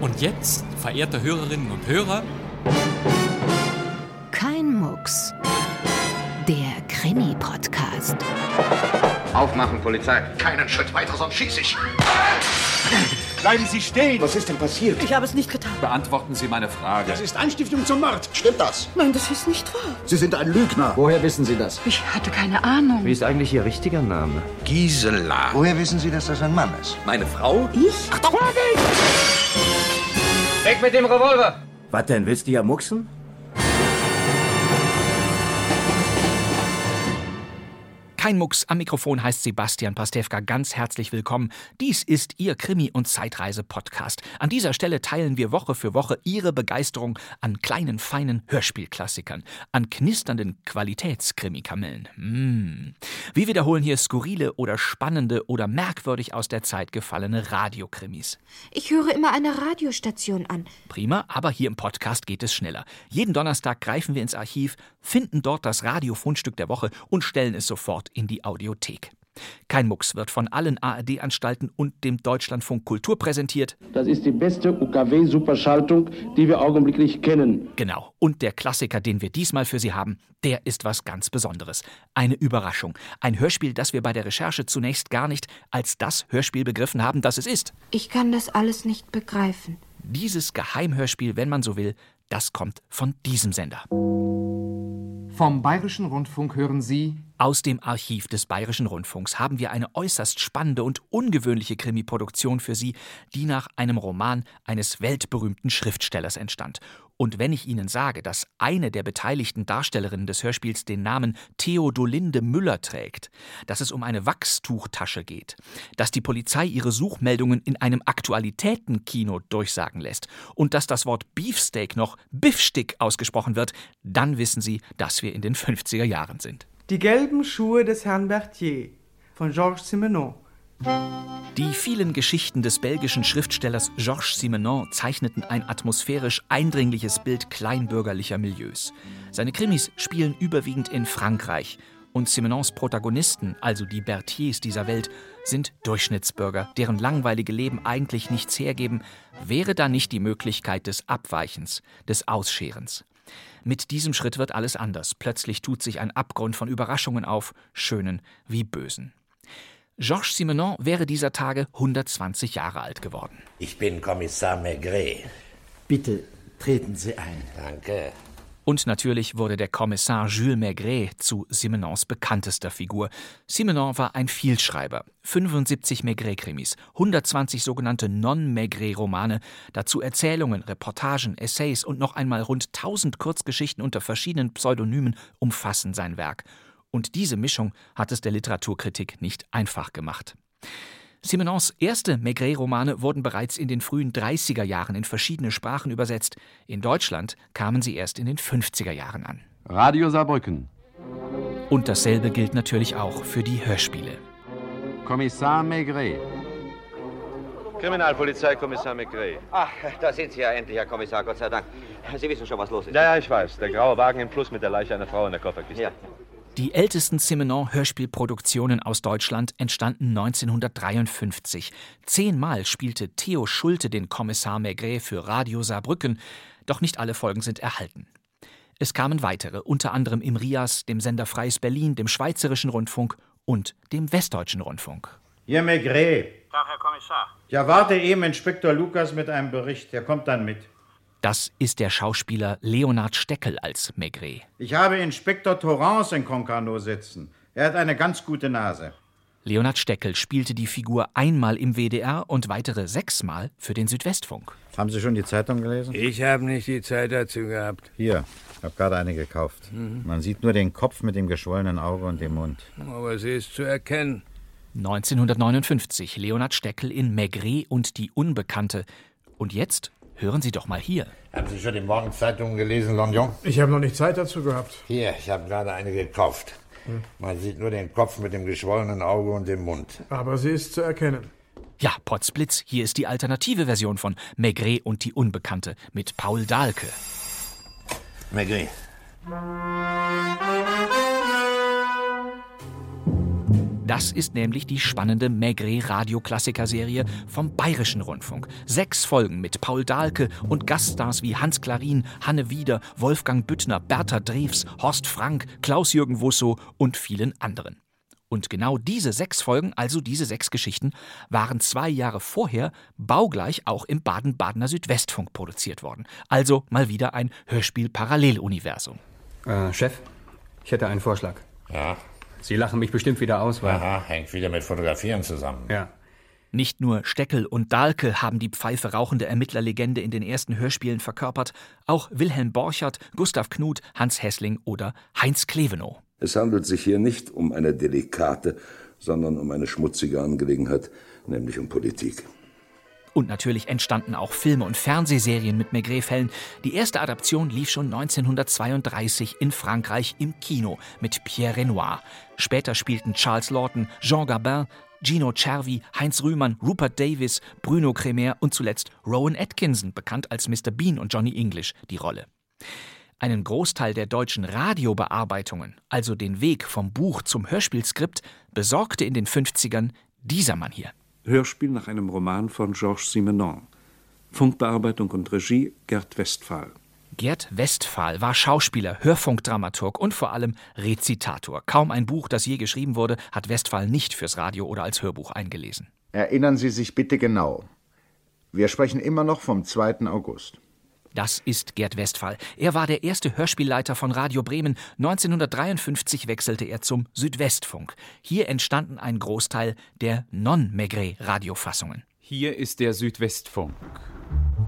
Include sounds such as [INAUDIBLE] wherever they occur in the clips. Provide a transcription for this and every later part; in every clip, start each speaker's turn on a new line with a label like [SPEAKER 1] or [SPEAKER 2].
[SPEAKER 1] Und jetzt, verehrte Hörerinnen und Hörer,
[SPEAKER 2] Kein Mucks. Der Krimi-Podcast.
[SPEAKER 3] Aufmachen, Polizei.
[SPEAKER 4] Keinen Schritt weiter, sonst schieß ich.
[SPEAKER 5] Bleiben Sie stehen!
[SPEAKER 6] Was ist denn passiert?
[SPEAKER 7] Ich habe es nicht getan.
[SPEAKER 8] Beantworten Sie meine Frage.
[SPEAKER 5] Das ist Anstiftung zum Mord!
[SPEAKER 6] Stimmt das?
[SPEAKER 7] Nein, das ist nicht wahr.
[SPEAKER 6] Sie sind ein Lügner.
[SPEAKER 9] Woher wissen Sie das?
[SPEAKER 7] Ich hatte keine Ahnung.
[SPEAKER 10] Wie ist eigentlich Ihr richtiger Name?
[SPEAKER 3] Gisela.
[SPEAKER 6] Woher wissen Sie, dass das ein Mann ist?
[SPEAKER 8] Meine Frau?
[SPEAKER 7] Ich?
[SPEAKER 8] Weg mit dem Revolver!
[SPEAKER 9] Was denn? Willst du ja mucksen?
[SPEAKER 11] Kein Mucks, am Mikrofon heißt Sebastian Pastewka ganz herzlich willkommen. Dies ist Ihr Krimi- und Zeitreise-Podcast. An dieser Stelle teilen wir Woche für Woche Ihre Begeisterung an kleinen, feinen Hörspielklassikern, an knisternden Qualitätskrimikramellen. Mm. Wir wiederholen hier skurrile oder spannende oder merkwürdig aus der Zeit gefallene Radiokrimis.
[SPEAKER 12] Ich höre immer eine Radiostation an.
[SPEAKER 11] Prima, aber hier im Podcast geht es schneller. Jeden Donnerstag greifen wir ins Archiv, finden dort das Radiofundstück der Woche und stellen es sofort in die Audiothek. Kein Mucks wird von allen ARD-Anstalten und dem Deutschlandfunk Kultur präsentiert.
[SPEAKER 13] Das ist die beste UKW-Superschaltung, die wir augenblicklich kennen.
[SPEAKER 11] Genau. Und der Klassiker, den wir diesmal für Sie haben, der ist was ganz Besonderes. Eine Überraschung. Ein Hörspiel, das wir bei der Recherche zunächst gar nicht als das Hörspiel begriffen haben, das es ist.
[SPEAKER 12] Ich kann das alles nicht begreifen.
[SPEAKER 11] Dieses Geheimhörspiel, wenn man so will, das kommt von diesem Sender.
[SPEAKER 14] Vom Bayerischen Rundfunk hören Sie
[SPEAKER 11] Aus dem Archiv des Bayerischen Rundfunks haben wir eine äußerst spannende und ungewöhnliche Krimi-Produktion für Sie, die nach einem Roman eines weltberühmten Schriftstellers entstand. Und wenn ich Ihnen sage, dass eine der beteiligten Darstellerinnen des Hörspiels den Namen Theodolinde Müller trägt, dass es um eine Wachstuchtasche geht, dass die Polizei ihre Suchmeldungen in einem Aktualitätenkino durchsagen lässt und dass das Wort Beefsteak noch Biffstick ausgesprochen wird, dann wissen Sie, dass wir in den 50er Jahren sind.
[SPEAKER 15] Die gelben Schuhe des Herrn Berthier von Georges Simenon.
[SPEAKER 11] Die vielen Geschichten des belgischen Schriftstellers Georges Simenon zeichneten ein atmosphärisch eindringliches Bild kleinbürgerlicher Milieus. Seine Krimis spielen überwiegend in Frankreich. Und Simenons Protagonisten, also die Berthiers dieser Welt, sind Durchschnittsbürger, deren langweilige Leben eigentlich nichts hergeben, wäre da nicht die Möglichkeit des Abweichens, des Ausscherens. Mit diesem Schritt wird alles anders. Plötzlich tut sich ein Abgrund von Überraschungen auf, schönen wie bösen. Georges Simenon wäre dieser Tage 120 Jahre alt geworden.
[SPEAKER 16] Ich bin Kommissar Maigret.
[SPEAKER 17] Bitte treten Sie ein.
[SPEAKER 16] Danke.
[SPEAKER 11] Und natürlich wurde der Kommissar Jules Maigret zu Simenons bekanntester Figur. Simenon war ein Vielschreiber. 75 Maigret-Krimis, 120 sogenannte Non-Maigret-Romane, dazu Erzählungen, Reportagen, Essays und noch einmal rund 1000 Kurzgeschichten unter verschiedenen Pseudonymen umfassen sein Werk. Und diese Mischung hat es der Literaturkritik nicht einfach gemacht. Simenons erste Maigret-Romane wurden bereits in den frühen 30er Jahren in verschiedene Sprachen übersetzt. In Deutschland kamen sie erst in den 50er Jahren an.
[SPEAKER 18] Radio Saarbrücken.
[SPEAKER 11] Und dasselbe gilt natürlich auch für die Hörspiele.
[SPEAKER 18] Kommissar Maigret.
[SPEAKER 19] Kriminalpolizei, Kommissar McRae.
[SPEAKER 3] Ach, da sind Sie ja endlich, Herr Kommissar, Gott sei Dank. Sie wissen schon, was los ist.
[SPEAKER 19] Ja, ja, ich weiß. Der graue Wagen im Fluss mit der Leiche einer Frau in der Kofferkiste.
[SPEAKER 3] Ja.
[SPEAKER 11] Die ältesten Simenon-Hörspielproduktionen aus Deutschland entstanden 1953. Zehnmal spielte Theo Schulte den Kommissar Maigret für Radio Saarbrücken, doch nicht alle Folgen sind erhalten. Es kamen weitere, unter anderem im RIAS, dem Sender Freies Berlin, dem Schweizerischen Rundfunk und dem Westdeutschen Rundfunk.
[SPEAKER 20] Hier, Maigret.
[SPEAKER 4] Tag, Herr Kommissar.
[SPEAKER 20] Ich erwarte eben Inspektor Lukas mit einem Bericht. Er kommt dann mit.
[SPEAKER 11] Das ist der Schauspieler Leonard Steckel als Maigret.
[SPEAKER 20] Ich habe Inspektor Torrance in Concarneau sitzen. Er hat eine ganz gute Nase.
[SPEAKER 11] Leonard Steckel spielte die Figur einmal im WDR und weitere sechsmal für den Südwestfunk.
[SPEAKER 20] Haben Sie schon die Zeitung gelesen?
[SPEAKER 5] Ich habe nicht die Zeit dazu gehabt.
[SPEAKER 20] Hier, ich habe gerade eine gekauft. Man sieht nur den Kopf mit dem geschwollenen Auge und dem Mund.
[SPEAKER 5] Aber sie ist zu erkennen.
[SPEAKER 11] 1959 Leonard Steckel in Maigret und die Unbekannte. Und jetzt hören Sie doch mal hier.
[SPEAKER 16] Haben Sie schon die Morgenzeitungen gelesen, London?
[SPEAKER 1] Ich habe noch nicht Zeit dazu gehabt.
[SPEAKER 16] Hier, ich habe gerade eine gekauft.
[SPEAKER 8] Hm.
[SPEAKER 16] Man sieht nur den Kopf mit dem geschwollenen Auge und dem Mund.
[SPEAKER 1] Aber sie ist zu erkennen.
[SPEAKER 11] Ja, Potzblitz, hier ist die alternative Version von Maigret und die Unbekannte mit Paul Dahlke.
[SPEAKER 16] Maigret.
[SPEAKER 11] Das ist nämlich die spannende Maigret-Radioklassiker-Serie vom Bayerischen Rundfunk. Sechs Folgen mit Paul Dahlke und Gaststars wie Hans Klarin, Hanne Wieder, Wolfgang Büttner, Bertha Drews, Horst Frank, Klaus-Jürgen Wusso und vielen anderen. Und genau diese sechs Folgen, also diese sechs Geschichten, waren zwei Jahre vorher baugleich auch im Baden-Badener Südwestfunk produziert worden. Also mal wieder ein Hörspiel-Paralleluniversum.
[SPEAKER 21] Äh, Chef, ich hätte einen Vorschlag. Ja. Sie lachen mich bestimmt wieder aus, weil.
[SPEAKER 16] Aha, Ah, hängt wieder mit Fotografieren zusammen.
[SPEAKER 11] Ja. Nicht nur Steckel und Dahlke haben die Pfeife rauchende Ermittlerlegende in den ersten Hörspielen verkörpert, auch Wilhelm Borchert, Gustav Knuth, Hans Hessling oder Heinz Klevenow.
[SPEAKER 22] Es handelt sich hier nicht um eine delikate, sondern um eine schmutzige Angelegenheit, nämlich um Politik.
[SPEAKER 11] Und natürlich entstanden auch Filme und Fernsehserien mit Maigret-Fällen. Die erste Adaption lief schon 1932 in Frankreich im Kino mit Pierre Renoir. Später spielten Charles Lawton, Jean Gabin, Gino Cervi, Heinz Rühmann, Rupert Davis, Bruno Cremer und zuletzt Rowan Atkinson, bekannt als Mr. Bean und Johnny English, die Rolle. Einen Großteil der deutschen Radiobearbeitungen, also den Weg vom Buch zum Hörspielskript, besorgte in den 50ern dieser Mann hier.
[SPEAKER 23] Hörspiel nach einem Roman von Georges Simenon. Funkbearbeitung und Regie Gerd Westphal.
[SPEAKER 11] Gerd Westphal war Schauspieler, Hörfunkdramaturg und vor allem Rezitator. Kaum ein Buch, das je geschrieben wurde, hat Westphal nicht fürs Radio oder als Hörbuch eingelesen.
[SPEAKER 24] Erinnern Sie sich bitte genau. Wir sprechen immer noch vom 2. August.
[SPEAKER 11] Das ist Gerd Westphal. Er war der erste Hörspielleiter von Radio Bremen. 1953 wechselte er zum Südwestfunk. Hier entstanden ein Großteil der Non-Maigret-Radiofassungen.
[SPEAKER 18] Hier ist der Südwestfunk.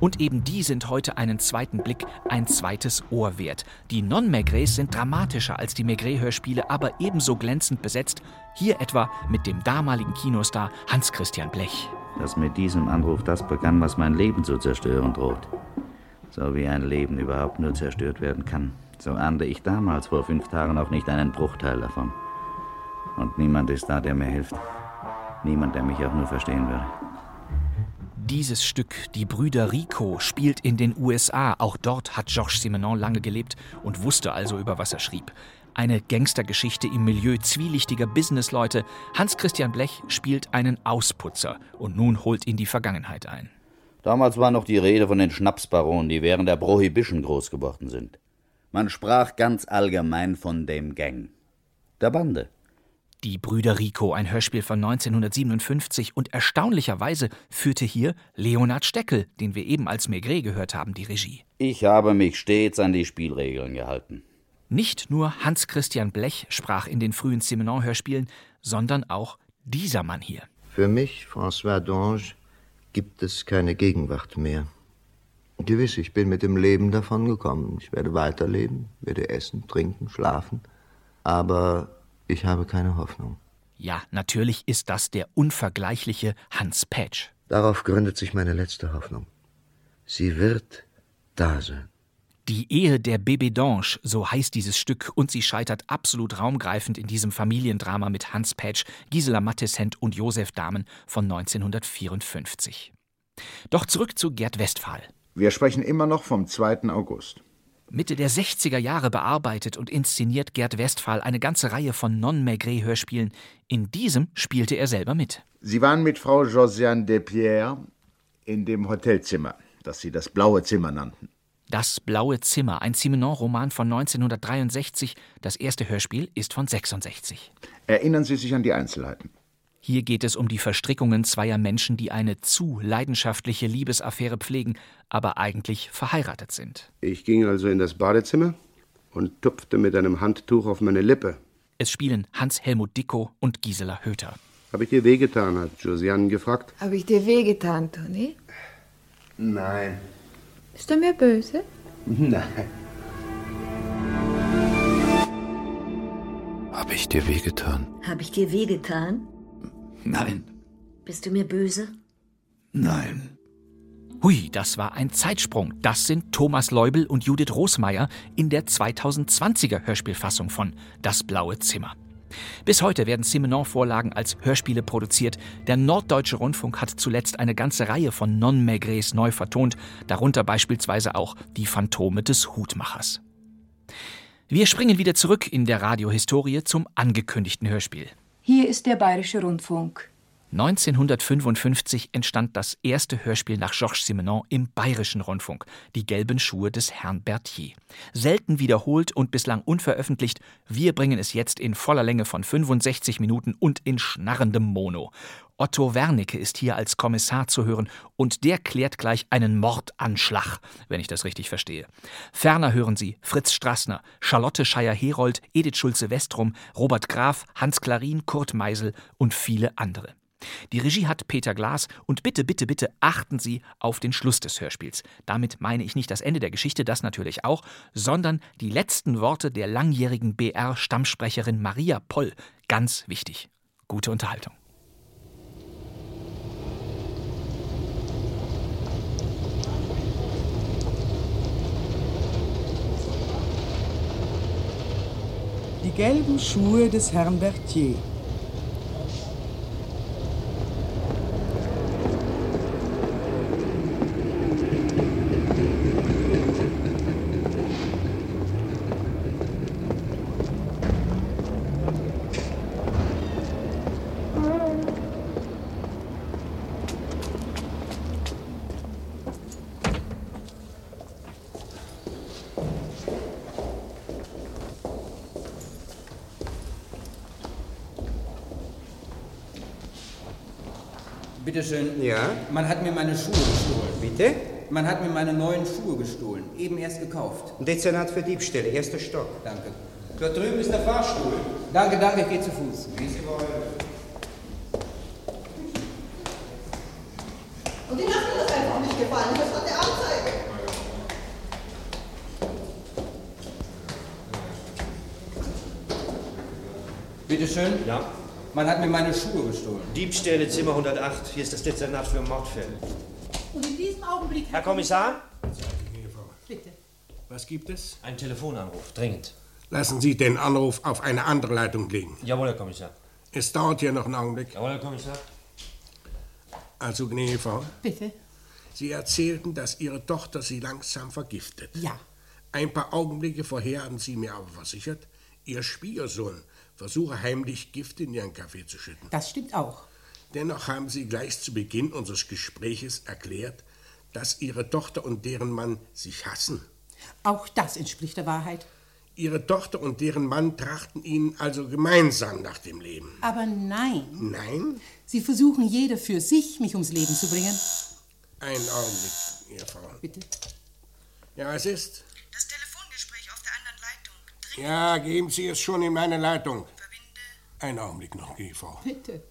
[SPEAKER 11] Und eben die sind heute einen zweiten Blick, ein zweites Ohr wert. Die Non-Maigrets sind dramatischer als die Maigret-Hörspiele, aber ebenso glänzend besetzt. Hier etwa mit dem damaligen Kinostar Hans-Christian Blech.
[SPEAKER 10] Dass mit diesem Anruf das begann, was mein Leben zu zerstören droht. So wie ein Leben überhaupt nur zerstört werden kann. So ahnte ich damals vor fünf Tagen auch nicht einen Bruchteil davon. Und niemand ist da, der mir hilft. Niemand, der mich auch nur verstehen würde.
[SPEAKER 11] Dieses Stück, Die Brüder Rico, spielt in den USA. Auch dort hat Georges Simenon lange gelebt und wusste also, über was er schrieb. Eine Gangstergeschichte im Milieu zwielichtiger Businessleute. Hans-Christian Blech spielt einen Ausputzer und nun holt ihn die Vergangenheit ein.
[SPEAKER 10] Damals war noch die Rede von den Schnapsbaronen, die während der Prohibition groß geworden sind. Man sprach ganz allgemein von dem Gang. Der Bande.
[SPEAKER 11] Die Brüder Rico, ein Hörspiel von 1957 und erstaunlicherweise führte hier Leonard Steckel, den wir eben als Maigret gehört haben, die Regie.
[SPEAKER 10] Ich habe mich stets an die Spielregeln gehalten.
[SPEAKER 11] Nicht nur Hans Christian Blech sprach in den frühen Simenon-Hörspielen, sondern auch dieser Mann hier.
[SPEAKER 25] Für mich, François Dange, gibt es keine Gegenwart mehr. Gewiss, ich bin mit dem Leben davongekommen. Ich werde weiterleben, werde essen, trinken, schlafen. Aber ich habe keine Hoffnung.
[SPEAKER 11] Ja, natürlich ist das der unvergleichliche Hans Petsch.
[SPEAKER 25] Darauf gründet sich meine letzte Hoffnung. Sie wird da sein.
[SPEAKER 11] Die Ehe der Bébédange, so heißt dieses Stück, und sie scheitert absolut raumgreifend in diesem Familiendrama mit Hans Petsch, Gisela Mattesent und Josef Dahmen von 1954. Doch zurück zu Gerd Westphal.
[SPEAKER 24] Wir sprechen immer noch vom 2. August.
[SPEAKER 11] Mitte der 60er Jahre bearbeitet und inszeniert Gerd Westphal eine ganze Reihe von Non-Maigret-Hörspielen. In diesem spielte er selber mit.
[SPEAKER 24] Sie waren mit Frau Josiane Despierres in dem Hotelzimmer, das Sie das blaue Zimmer nannten.
[SPEAKER 11] Das blaue Zimmer, ein Simenon-Roman von 1963. Das erste Hörspiel ist von 66.
[SPEAKER 24] Erinnern Sie sich an die Einzelheiten.
[SPEAKER 11] Hier geht es um die Verstrickungen zweier Menschen, die eine zu leidenschaftliche Liebesaffäre pflegen, aber eigentlich verheiratet sind.
[SPEAKER 26] Ich ging also in das Badezimmer und tupfte mit einem Handtuch auf meine Lippe.
[SPEAKER 11] Es spielen Hans-Helmut Dicko und Gisela Höter.
[SPEAKER 26] Habe ich dir wehgetan, hat Josiane gefragt.
[SPEAKER 27] Habe ich dir wehgetan, Toni?
[SPEAKER 26] Nein. [LAUGHS]
[SPEAKER 27] Ist er mir böse?
[SPEAKER 26] Nein.
[SPEAKER 28] Habe ich dir wehgetan?
[SPEAKER 29] Habe ich dir wehgetan?
[SPEAKER 28] Nein,
[SPEAKER 29] Bist du mir böse?
[SPEAKER 28] nein.
[SPEAKER 11] Hui, das war ein Zeitsprung. Das sind Thomas Leubel und Judith Rosmeier in der 2020er Hörspielfassung von Das blaue Zimmer. Bis heute werden Simenon-Vorlagen als Hörspiele produziert. Der Norddeutsche Rundfunk hat zuletzt eine ganze Reihe von Non-Maigrets neu vertont, darunter beispielsweise auch Die Phantome des Hutmachers. Wir springen wieder zurück in der Radiohistorie zum angekündigten Hörspiel.
[SPEAKER 2] Hier ist der Bayerische Rundfunk.
[SPEAKER 11] 1955 entstand das erste Hörspiel nach Georges Simenon im Bayerischen Rundfunk, Die gelben Schuhe des Herrn Berthier. Selten wiederholt und bislang unveröffentlicht, wir bringen es jetzt in voller Länge von 65 Minuten und in schnarrendem Mono. Otto Wernicke ist hier als Kommissar zu hören und der klärt gleich einen Mordanschlag, wenn ich das richtig verstehe. Ferner hören Sie Fritz Strassner, Charlotte Scheier-Herold, Edith Schulze-Westrum, Robert Graf, Hans Klarin, Kurt Meisel und viele andere. Die Regie hat Peter Glas und bitte, bitte, bitte achten Sie auf den Schluss des Hörspiels. Damit meine ich nicht das Ende der Geschichte, das natürlich auch, sondern die letzten Worte der langjährigen BR-Stammsprecherin Maria Poll. Ganz wichtig. Gute Unterhaltung.
[SPEAKER 6] Die gelben Schuhe des Herrn Berthier.
[SPEAKER 7] Bitte schön.
[SPEAKER 8] Ja?
[SPEAKER 7] Man hat mir meine Schuhe gestohlen.
[SPEAKER 8] Bitte?
[SPEAKER 7] Man hat mir meine neuen Schuhe gestohlen. Eben erst gekauft.
[SPEAKER 8] Dezernat für Diebstähle, erster Stock.
[SPEAKER 7] Danke.
[SPEAKER 8] Dort drüben ist der Fahrstuhl.
[SPEAKER 7] Danke, danke, ich gehe zu Fuß.
[SPEAKER 9] Und den hat mir das einfach nicht gefallen. Das hat der Anzeige.
[SPEAKER 7] Bitte schön. Ja. Man hat mir meine Schuhe gestohlen.
[SPEAKER 8] Diebstähle Zimmer 108. Hier ist das Dezernat für Mordfälle.
[SPEAKER 9] Und in diesem Augenblick.
[SPEAKER 8] Herr Kommissar?
[SPEAKER 9] Bitte.
[SPEAKER 8] Was gibt es? Ein Telefonanruf, dringend.
[SPEAKER 12] Lassen Sie den Anruf auf eine andere Leitung liegen.
[SPEAKER 8] Jawohl, Herr Kommissar.
[SPEAKER 12] Es dauert hier noch einen Augenblick.
[SPEAKER 8] Jawohl, Herr Kommissar.
[SPEAKER 12] Also, gnädige Frau,
[SPEAKER 9] Bitte.
[SPEAKER 12] Sie erzählten, dass Ihre Tochter Sie langsam vergiftet.
[SPEAKER 9] Ja.
[SPEAKER 12] Ein paar Augenblicke vorher haben Sie mir aber versichert, Ihr Schwiegersohn versuche heimlich Gift in Ihren Kaffee zu schütten.
[SPEAKER 9] Das stimmt auch.
[SPEAKER 12] Dennoch haben Sie gleich zu Beginn unseres Gespräches erklärt, dass Ihre Tochter und deren Mann sich hassen.
[SPEAKER 9] Auch das entspricht der Wahrheit.
[SPEAKER 12] Ihre Tochter und deren Mann trachten Ihnen also gemeinsam nach dem Leben.
[SPEAKER 9] Aber nein.
[SPEAKER 12] Nein?
[SPEAKER 9] Sie versuchen jeder für sich, mich ums Leben zu bringen.
[SPEAKER 12] Einen Augenblick, Ihre Frau.
[SPEAKER 9] Bitte.
[SPEAKER 12] Ja, was ist? Das Telefongespräch auf der anderen Leitung. Ja, geben Sie es schon in meine Leitung. Verbinde. Einen Augenblick noch, GV.
[SPEAKER 9] Bitte.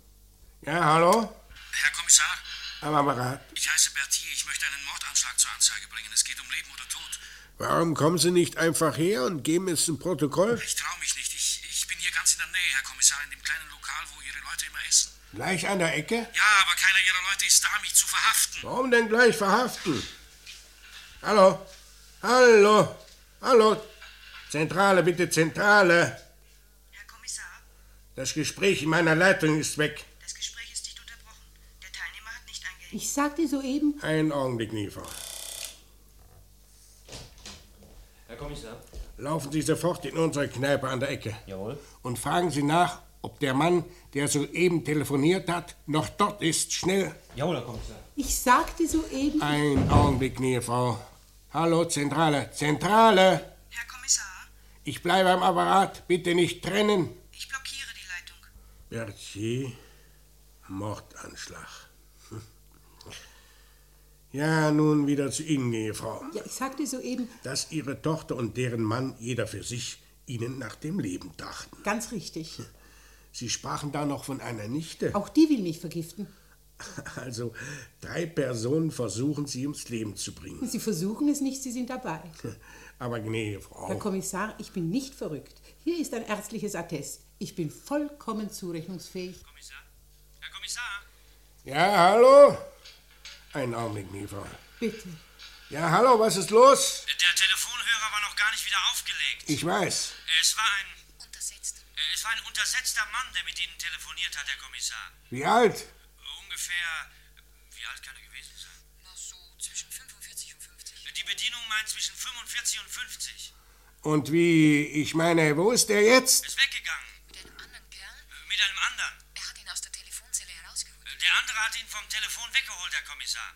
[SPEAKER 12] Ja, hallo?
[SPEAKER 13] Herr Kommissar,
[SPEAKER 12] Am Apparat.
[SPEAKER 13] ich heiße Berthier. Ich möchte einen Mordanschlag zur Anzeige bringen. Es geht um Leben oder Tod.
[SPEAKER 12] Warum kommen Sie nicht einfach her und geben es zum Protokoll?
[SPEAKER 13] Ich traue mich nicht. Ich, ich bin hier ganz in der Nähe, Herr Kommissar, in dem kleinen Lokal, wo Ihre Leute immer essen.
[SPEAKER 12] Gleich an der Ecke?
[SPEAKER 13] Ja, aber keiner Ihrer Leute ist da, mich zu verhaften.
[SPEAKER 12] Warum denn gleich verhaften? Hallo? Hallo? Hallo? Zentrale, bitte Zentrale. Herr Kommissar? Das Gespräch in meiner Leitung ist weg.
[SPEAKER 9] Ich sagte soeben.
[SPEAKER 12] Einen Augenblick, Niefer.
[SPEAKER 8] Herr Kommissar?
[SPEAKER 12] Laufen Sie sofort in unsere Kneipe an der Ecke.
[SPEAKER 8] Jawohl.
[SPEAKER 12] Und fragen Sie nach, ob der Mann, der soeben telefoniert hat, noch dort ist. Schnell.
[SPEAKER 8] Jawohl, Herr Kommissar.
[SPEAKER 9] Ich sagte soeben.
[SPEAKER 12] Ein Augenblick, Niefrau. Hallo, Zentrale. Zentrale! Herr Kommissar? Ich bleibe am Apparat. Bitte nicht trennen. Ich blockiere die Leitung. Berthier, Mordanschlag. Hm. [LAUGHS] Ja, nun wieder zu Ihnen, Ehefrau.
[SPEAKER 9] Ja, ich sagte soeben.
[SPEAKER 12] Dass Ihre Tochter und deren Mann, jeder für sich, Ihnen nach dem Leben dachten.
[SPEAKER 9] Ganz richtig.
[SPEAKER 12] [LAUGHS] Sie sprachen da noch von einer Nichte.
[SPEAKER 9] Auch die will mich vergiften.
[SPEAKER 12] [LAUGHS] Also, drei Personen versuchen, Sie ums Leben zu bringen. [LAUGHS]
[SPEAKER 9] Sie versuchen es nicht, Sie sind dabei.
[SPEAKER 12] Aber, gnädige Frau.
[SPEAKER 9] Herr Kommissar, ich bin nicht verrückt. Hier ist ein ärztliches Attest. Ich bin vollkommen zurechnungsfähig.
[SPEAKER 12] Ja, hallo? Einen Augenblick, Niefrau.
[SPEAKER 9] Bitte.
[SPEAKER 12] Ja, hallo, was ist los?
[SPEAKER 13] Der Telefonhörer war noch gar nicht wieder aufgelegt.
[SPEAKER 12] Ich weiß.
[SPEAKER 13] Es war ein. Untersetzt. Es war ein untersetzter Mann, der mit Ihnen telefoniert hat, Herr Kommissar.
[SPEAKER 12] Wie alt?
[SPEAKER 13] Ungefähr. Wie alt kann er gewesen sein? Na so, zwischen 45 und 50. Die Bedienung meint zwischen 45 und 50.
[SPEAKER 12] Und wie, ich meine, wo ist der jetzt?
[SPEAKER 13] Ist weggegangen. Äh, Mit einem anderen Kerl? Mit einem anderen. andere hat ihn vom Telefon weggeholt, Herr Kommissar.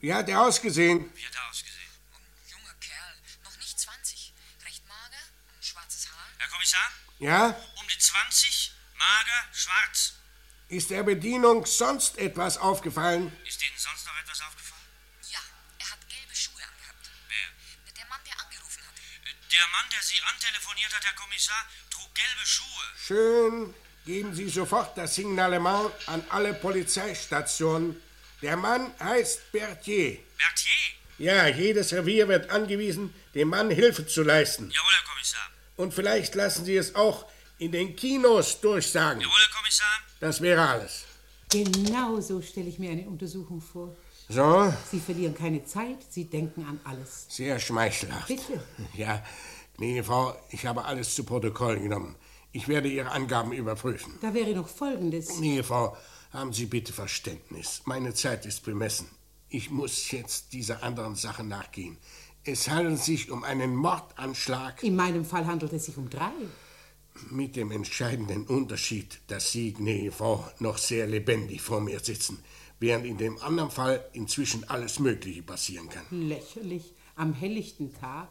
[SPEAKER 12] Wie hat er ausgesehen?
[SPEAKER 13] Wie hat er ausgesehen?
[SPEAKER 30] Junger Kerl, noch nicht 20. Recht mager, ein schwarzes Haar.
[SPEAKER 13] Herr Kommissar?
[SPEAKER 12] Ja?
[SPEAKER 13] Um die 20, mager, schwarz.
[SPEAKER 12] Ist der Bedienung sonst etwas aufgefallen?
[SPEAKER 13] Ist Ihnen sonst noch etwas aufgefallen?
[SPEAKER 30] Ja, er hat gelbe Schuhe angehabt.
[SPEAKER 13] Wer?
[SPEAKER 30] Der Mann, der angerufen hat.
[SPEAKER 13] Der Mann, der Sie antelefoniert hat, Herr Kommissar, trug gelbe Schuhe.
[SPEAKER 12] Schön. Geben Sie sofort das Signalement an alle Polizeistationen. Der Mann heißt Berthier.
[SPEAKER 13] Berthier?
[SPEAKER 12] Ja, jedes Revier wird angewiesen, dem Mann Hilfe zu leisten.
[SPEAKER 13] Jawohl, Herr Kommissar.
[SPEAKER 12] Und vielleicht lassen Sie es auch in den Kinos durchsagen.
[SPEAKER 13] Jawohl, Herr Kommissar.
[SPEAKER 12] Das wäre alles.
[SPEAKER 9] Genau so stelle ich mir eine Untersuchung vor.
[SPEAKER 12] So,
[SPEAKER 9] Sie verlieren keine Zeit, Sie denken an alles.
[SPEAKER 12] sehr schmeichelhaft.
[SPEAKER 9] Bitte.
[SPEAKER 12] [LAUGHS] Ja, gnädige Frau, ich habe alles zu Protokoll genommen. Ich werde Ihre Angaben überprüfen.
[SPEAKER 9] Da wäre noch Folgendes.
[SPEAKER 12] Gnädige Frau, haben Sie bitte Verständnis. Meine Zeit ist bemessen. Ich muss jetzt dieser anderen Sache nachgehen. Es handelt sich um einen Mordanschlag
[SPEAKER 9] In meinem Fall handelt es sich um drei.
[SPEAKER 12] mit dem entscheidenden Unterschied, dass Sie, gnädige Frau, noch sehr lebendig vor mir sitzen, während in dem anderen Fall inzwischen alles Mögliche passieren kann.
[SPEAKER 9] Lächerlich. Am helllichten Tag.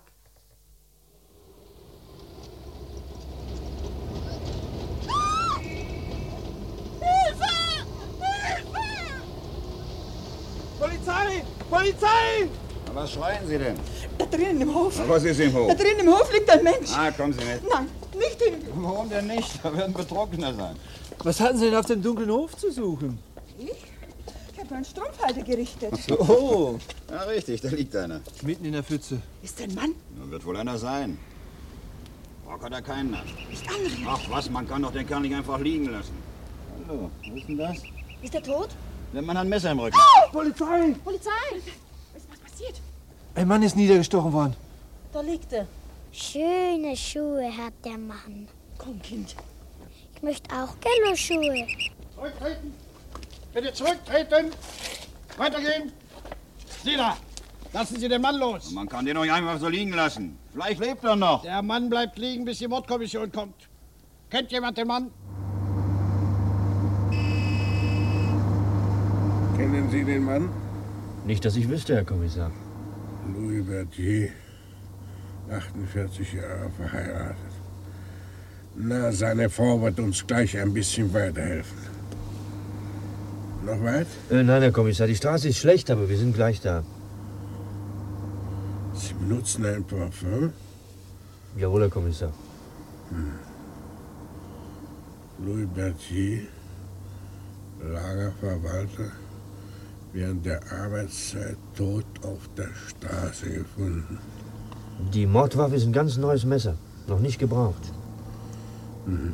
[SPEAKER 18] Polizei! Polizei!
[SPEAKER 16] Was schreien Sie denn?
[SPEAKER 18] Da drinnen im Hof.
[SPEAKER 16] Na, was ist im Hof?
[SPEAKER 18] Da drinnen im Hof liegt ein Mensch.
[SPEAKER 16] Ah, kommen Sie mit.
[SPEAKER 18] Nein, nicht hin.
[SPEAKER 16] Warum denn nicht? Da werden Betrunkener sein.
[SPEAKER 14] Was hatten Sie denn auf dem dunklen Hof zu suchen?
[SPEAKER 18] Ich? Ich habe meinen Strumpfhalter gerichtet.
[SPEAKER 16] Oh. Ja, richtig, da liegt einer.
[SPEAKER 14] Mitten in der Pfütze.
[SPEAKER 18] Ist ein Mann?
[SPEAKER 16] Da wird wohl einer sein. Rock hat er keinen an.
[SPEAKER 18] Nicht anrühren.
[SPEAKER 16] Ach was, man kann doch den Kerl nicht einfach liegen lassen. Hallo, was ist denn das?
[SPEAKER 18] Ist er tot?
[SPEAKER 16] Der Mann hat ein Messer im Rücken.
[SPEAKER 14] Polizei!
[SPEAKER 18] Ah! Polizei! Ist was passiert?
[SPEAKER 14] Ein Mann ist niedergestochen worden.
[SPEAKER 18] Da liegt er.
[SPEAKER 8] Schöne Schuhe hat der Mann.
[SPEAKER 18] Komm, Kind.
[SPEAKER 8] Ich möchte auch gelbe Schuhe.
[SPEAKER 16] Zurücktreten! Bitte zurücktreten! Weitergehen! Sie da! Lassen Sie den Mann los! Man kann den euch einfach so liegen lassen. Vielleicht lebt er noch. Der Mann bleibt liegen, bis die Mordkommission kommt. Kennt jemand den Mann?
[SPEAKER 12] Kennen Sie den Mann?
[SPEAKER 8] Nicht, dass ich wüsste, Herr Kommissar.
[SPEAKER 12] Louis Berthier, 48 Jahre verheiratet. Na, seine Frau wird uns gleich ein bisschen weiterhelfen. Noch weit?
[SPEAKER 8] Äh, nein, Herr Kommissar, die Straße ist schlecht, aber wir sind gleich da.
[SPEAKER 12] Sie benutzen ein Parfum?
[SPEAKER 8] Jawohl, Herr Kommissar.
[SPEAKER 12] Hm. Louis Berthier, Lagerverwalter, während der Arbeitszeit tot auf der Straße gefunden.
[SPEAKER 8] Die Mordwaffe ist ein ganz neues Messer. Noch nicht gebraucht.
[SPEAKER 12] Mhm.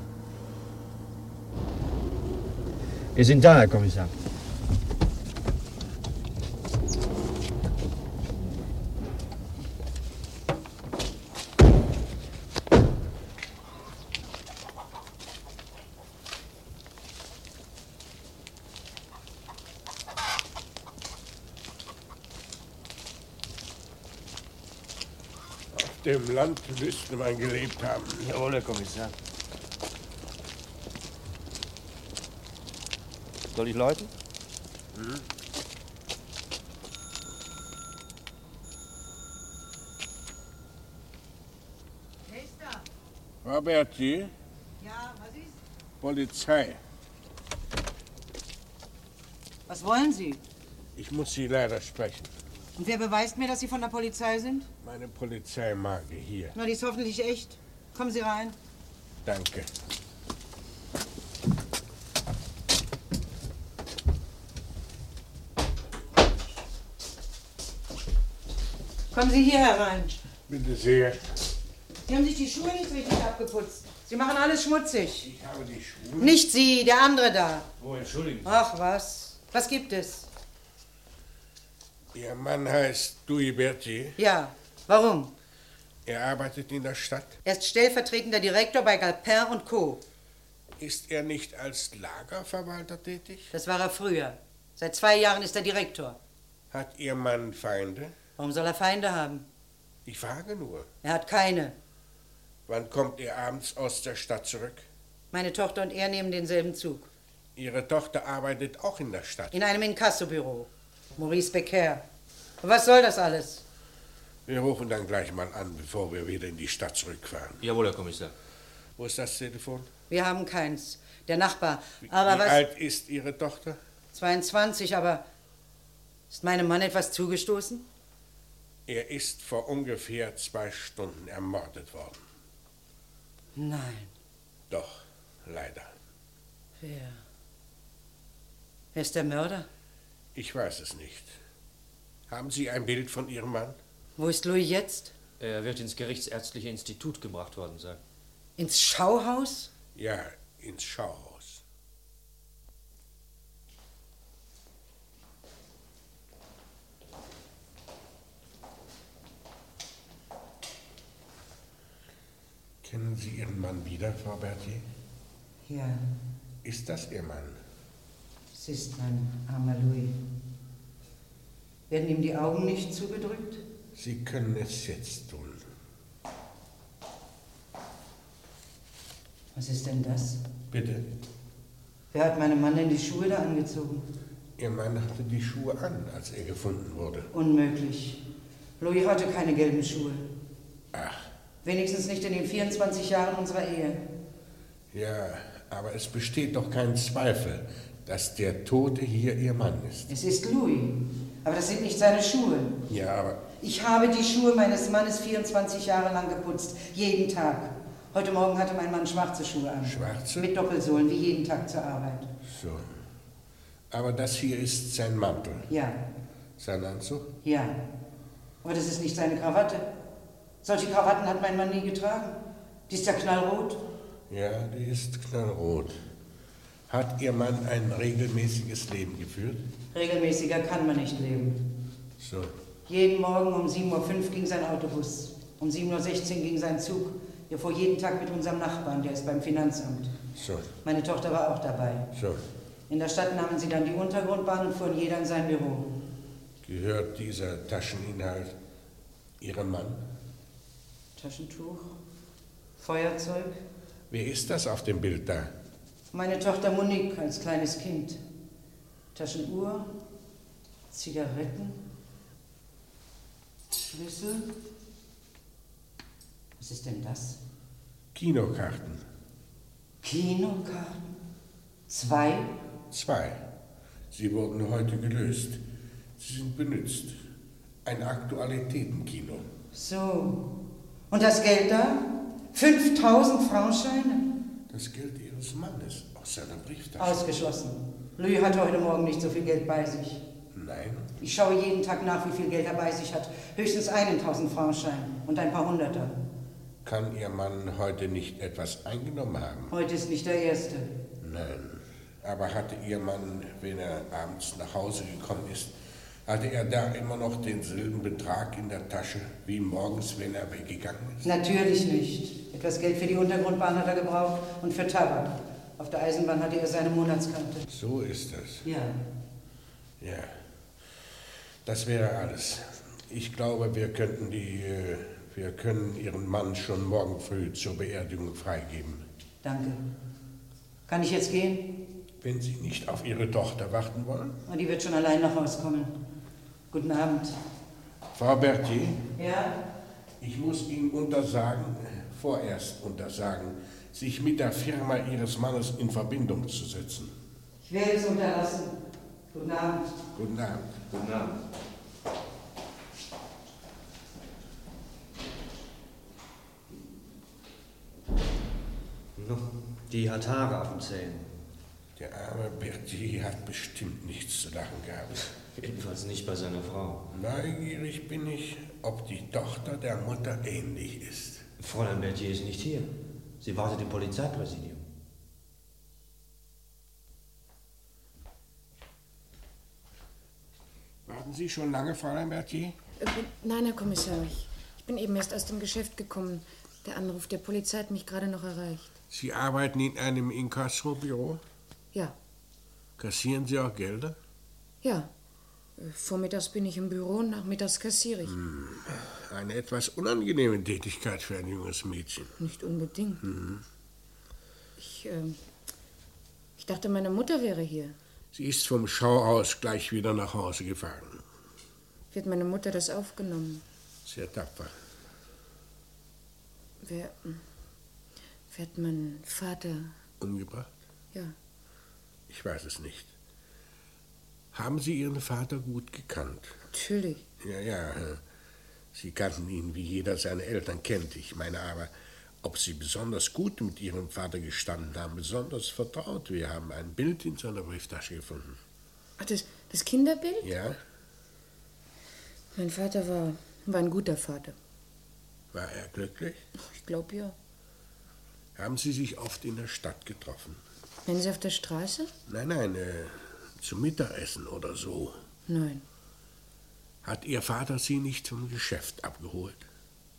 [SPEAKER 8] Wir sind da, Herr Kommissar.
[SPEAKER 12] Auf dem Land müsste man gelebt haben.
[SPEAKER 8] Jawohl, Herr Kommissar. Soll ich läuten?
[SPEAKER 12] Mhm. Frau Berti,
[SPEAKER 15] Ja, was ist?
[SPEAKER 12] Polizei.
[SPEAKER 15] Was wollen Sie?
[SPEAKER 12] Ich muss Sie leider sprechen.
[SPEAKER 15] Und wer beweist mir, dass Sie von der Polizei sind?
[SPEAKER 12] Meine Polizeimarke hier.
[SPEAKER 15] Na, die ist hoffentlich echt. Kommen Sie rein.
[SPEAKER 12] Danke.
[SPEAKER 15] Kommen Sie hier herein.
[SPEAKER 12] Bitte sehr.
[SPEAKER 15] Sie haben sich die Schuhe nicht richtig abgeputzt. Sie machen alles schmutzig.
[SPEAKER 12] Ich habe die Schuhe.
[SPEAKER 15] Nicht Sie, der andere da.
[SPEAKER 12] Oh, entschuldigen
[SPEAKER 15] Ach was. Was gibt es?
[SPEAKER 12] Ihr Mann heißt Dui Berti.
[SPEAKER 15] Ja, warum?
[SPEAKER 12] Er arbeitet in der Stadt.
[SPEAKER 15] Er ist stellvertretender Direktor bei Galpin und Co.
[SPEAKER 12] Ist er nicht als Lagerverwalter tätig?
[SPEAKER 15] Das war er früher. Seit zwei Jahren ist er Direktor.
[SPEAKER 12] Hat Ihr Mann Feinde?
[SPEAKER 15] Warum soll er Feinde haben?
[SPEAKER 12] Ich frage nur.
[SPEAKER 15] Er hat keine.
[SPEAKER 12] Wann kommt er abends aus der Stadt zurück?
[SPEAKER 15] Meine Tochter und er nehmen denselben Zug.
[SPEAKER 12] Ihre Tochter arbeitet auch in der Stadt.
[SPEAKER 15] In einem Inkassobüro. Maurice Becker. Was soll das alles?
[SPEAKER 12] Wir rufen dann gleich mal an, bevor wir wieder in die Stadt zurückfahren.
[SPEAKER 13] Jawohl, Herr Kommissar.
[SPEAKER 12] Wo ist das Telefon?
[SPEAKER 15] Wir haben keins. Der Nachbar. Aber
[SPEAKER 12] Wie
[SPEAKER 15] was.
[SPEAKER 12] alt ist Ihre Tochter?
[SPEAKER 15] 22, aber. Ist meinem Mann etwas zugestoßen?
[SPEAKER 12] Er ist vor ungefähr zwei Stunden ermordet worden.
[SPEAKER 15] Nein.
[SPEAKER 12] Doch, leider.
[SPEAKER 15] Wer? Wer ist der Mörder?
[SPEAKER 12] Ich weiß es nicht. Haben Sie ein Bild von Ihrem Mann?
[SPEAKER 15] Wo ist Louis jetzt?
[SPEAKER 13] Er wird ins Gerichtsärztliche Institut gebracht worden sein.
[SPEAKER 15] Ins Schauhaus?
[SPEAKER 12] Ja, ins Schauhaus. Kennen Sie Ihren Mann wieder, Frau Berthier?
[SPEAKER 15] Ja,
[SPEAKER 12] Ist das Ihr Mann?
[SPEAKER 15] es ist mein armer Louis. Werden ihm die Augen nicht zugedrückt?
[SPEAKER 12] Sie können es jetzt tun.
[SPEAKER 15] Was ist denn das?
[SPEAKER 12] Bitte.
[SPEAKER 15] Wer hat meinem Mann denn die Schuhe da angezogen?
[SPEAKER 12] Ihr Mann hatte die Schuhe an, also als er gefunden wurde.
[SPEAKER 15] Unmöglich. Louis hatte keine gelben Schuhe.
[SPEAKER 12] Ach,
[SPEAKER 15] Wenigstens nicht in den 24 Jahren unserer Ehe.
[SPEAKER 12] ja, aber es besteht doch kein Zweifel, dass der Tote hier Ihr Mann ist.
[SPEAKER 15] Es ist Louis. Aber das sind nicht seine Schuhe.
[SPEAKER 12] Ja, aber
[SPEAKER 15] Ich habe die Schuhe meines Mannes 24 Jahre lang geputzt. Jeden Tag. Heute Morgen hatte mein Mann schwarze Schuhe an.
[SPEAKER 12] Schwarze?
[SPEAKER 15] Mit Doppelsohlen, wie jeden Tag zur Arbeit.
[SPEAKER 12] so. Aber das hier ist sein Mantel.
[SPEAKER 15] Ja,
[SPEAKER 12] Sein Anzug?
[SPEAKER 15] ja. Aber das ist nicht seine Krawatte. Solche Krawatten hat mein Mann nie getragen. Die ist ja knallrot.
[SPEAKER 12] Ja, die ist knallrot. Hat Ihr Mann ein regelmäßiges Leben geführt?
[SPEAKER 15] Regelmäßiger kann man nicht leben.
[SPEAKER 12] So.
[SPEAKER 15] Jeden Morgen um 7.05 Uhr ging sein Autobus. Um 7.16 Uhr ging sein Zug. Wir fuhr jeden Tag mit unserem Nachbarn, der ist beim Finanzamt.
[SPEAKER 12] So,
[SPEAKER 15] Meine Tochter war auch dabei.
[SPEAKER 12] so.
[SPEAKER 15] In der Stadt nahmen sie dann die Untergrundbahn und fuhren jeder in sein Büro.
[SPEAKER 12] Gehört dieser Tascheninhalt Ihrem Mann?
[SPEAKER 15] Taschentuch, Feuerzeug.
[SPEAKER 12] Wer ist das auf dem Bild da?
[SPEAKER 15] Meine Tochter Monique als kleines Kind. Taschenuhr, Zigaretten, Schlüssel. Was ist denn das?
[SPEAKER 12] Kinokarten.
[SPEAKER 15] Kinokarten? Zwei?
[SPEAKER 12] Zwei. Sie wurden heute gelöst. Sie sind benützt. Ein Aktualitätenkino.
[SPEAKER 15] So. Und das Geld da? 5000 Franc-Scheine?
[SPEAKER 12] Das Geld Ihres Mannes aus seiner Brieftasche.
[SPEAKER 15] Ausgeschlossen. Louis hatte heute Morgen nicht so viel Geld bei sich.
[SPEAKER 12] Nein.
[SPEAKER 15] Ich schaue jeden Tag nach, wie viel Geld er bei sich hat. Höchstens einen 1000-Franc-Schein und ein paar Hunderter.
[SPEAKER 12] Kann Ihr Mann heute nicht etwas eingenommen haben?
[SPEAKER 15] Heute ist nicht der erste.
[SPEAKER 12] Nein. Aber hatte Ihr Mann, wenn er abends nach Hause gekommen ist, hatte er da immer noch denselben Betrag in der Tasche wie morgens, wenn er weggegangen ist?
[SPEAKER 15] Natürlich nicht. Etwas Geld für die Untergrundbahn hat er gebraucht und für Tabak. Auf der Eisenbahn hatte er seine Monatskarte.
[SPEAKER 12] So ist das.
[SPEAKER 15] Ja.
[SPEAKER 12] Ja, das wäre alles. Ich glaube, wir könnten die, äh, wir können Ihren Mann schon morgen früh zur Beerdigung freigeben,
[SPEAKER 15] Danke. Kann ich jetzt gehen?
[SPEAKER 12] wenn Sie nicht auf Ihre Tochter warten wollen.
[SPEAKER 15] Und die wird schon allein nach Hause kommen. Guten Abend.
[SPEAKER 12] Frau Berthier,
[SPEAKER 15] Ja?
[SPEAKER 12] ich muss Ihnen untersagen, vorerst untersagen, sich mit der Firma Ihres Mannes in Verbindung zu setzen.
[SPEAKER 15] Ich werde es unterlassen. Guten Abend.
[SPEAKER 12] Guten Abend. Guten Abend.
[SPEAKER 8] No, Die hat Haare auf den Zähnen.
[SPEAKER 12] Der arme Berthier hat bestimmt nichts zu lachen gehabt.
[SPEAKER 8] Jedenfalls nicht bei seiner Frau.
[SPEAKER 12] Neugierig bin ich, ob die Tochter der Mutter ähnlich ist.
[SPEAKER 8] Fräulein Berthier ist nicht hier. Sie wartet im Polizeipräsidium.
[SPEAKER 12] Warten Sie schon lange, Fräulein Berthier?
[SPEAKER 27] Äh, Nein, Herr Kommissar, ich, ich bin eben erst aus dem Geschäft gekommen. Der Anruf der Polizei hat mich gerade noch erreicht.
[SPEAKER 12] Sie arbeiten in einem Inkassobüro?
[SPEAKER 27] Ja,
[SPEAKER 12] Kassieren Sie auch Gelder?
[SPEAKER 27] ja. Äh, Vormittags bin ich im Büro und nachmittags kassiere ich.
[SPEAKER 10] Hm.
[SPEAKER 12] Hm, Eine etwas unangenehme Tätigkeit für ein junges Mädchen.
[SPEAKER 27] Nicht unbedingt.
[SPEAKER 12] Mhm.
[SPEAKER 27] Ich, ähm,
[SPEAKER 19] Ich dachte, meine Mutter wäre hier.
[SPEAKER 12] Sie ist vom Schauhaus gleich wieder nach Hause gefahren.
[SPEAKER 19] Wie hat meine Mutter das aufgenommen?
[SPEAKER 12] Sehr tapfer.
[SPEAKER 19] Wer,
[SPEAKER 27] hm.
[SPEAKER 19] wer hat meinen Vater?
[SPEAKER 12] Umgebracht?
[SPEAKER 19] Ja,
[SPEAKER 12] Ich weiß es nicht. Haben Sie Ihren Vater gut gekannt?
[SPEAKER 19] natürlich.
[SPEAKER 12] Ja, ja. äh, Sie kannten ihn, wie jeder seine Eltern kennt. Ich meine aber, ob Sie besonders gut mit Ihrem Vater gestanden haben, besonders vertraut. Wir haben ein Bild in seiner Brieftasche gefunden.
[SPEAKER 19] Ach, das, das Kinderbild?
[SPEAKER 12] Ja,
[SPEAKER 19] Mein Vater war, war ein guter Vater.
[SPEAKER 12] war er glücklich?
[SPEAKER 19] Ich glaube ja.
[SPEAKER 12] Haben Sie sich oft in der Stadt getroffen?
[SPEAKER 19] Wenn sie auf der Straße?
[SPEAKER 12] Nein, nein, äh, zum Mittagessen oder so.
[SPEAKER 19] Nein.
[SPEAKER 12] Hat Ihr Vater Sie nicht vom Geschäft abgeholt?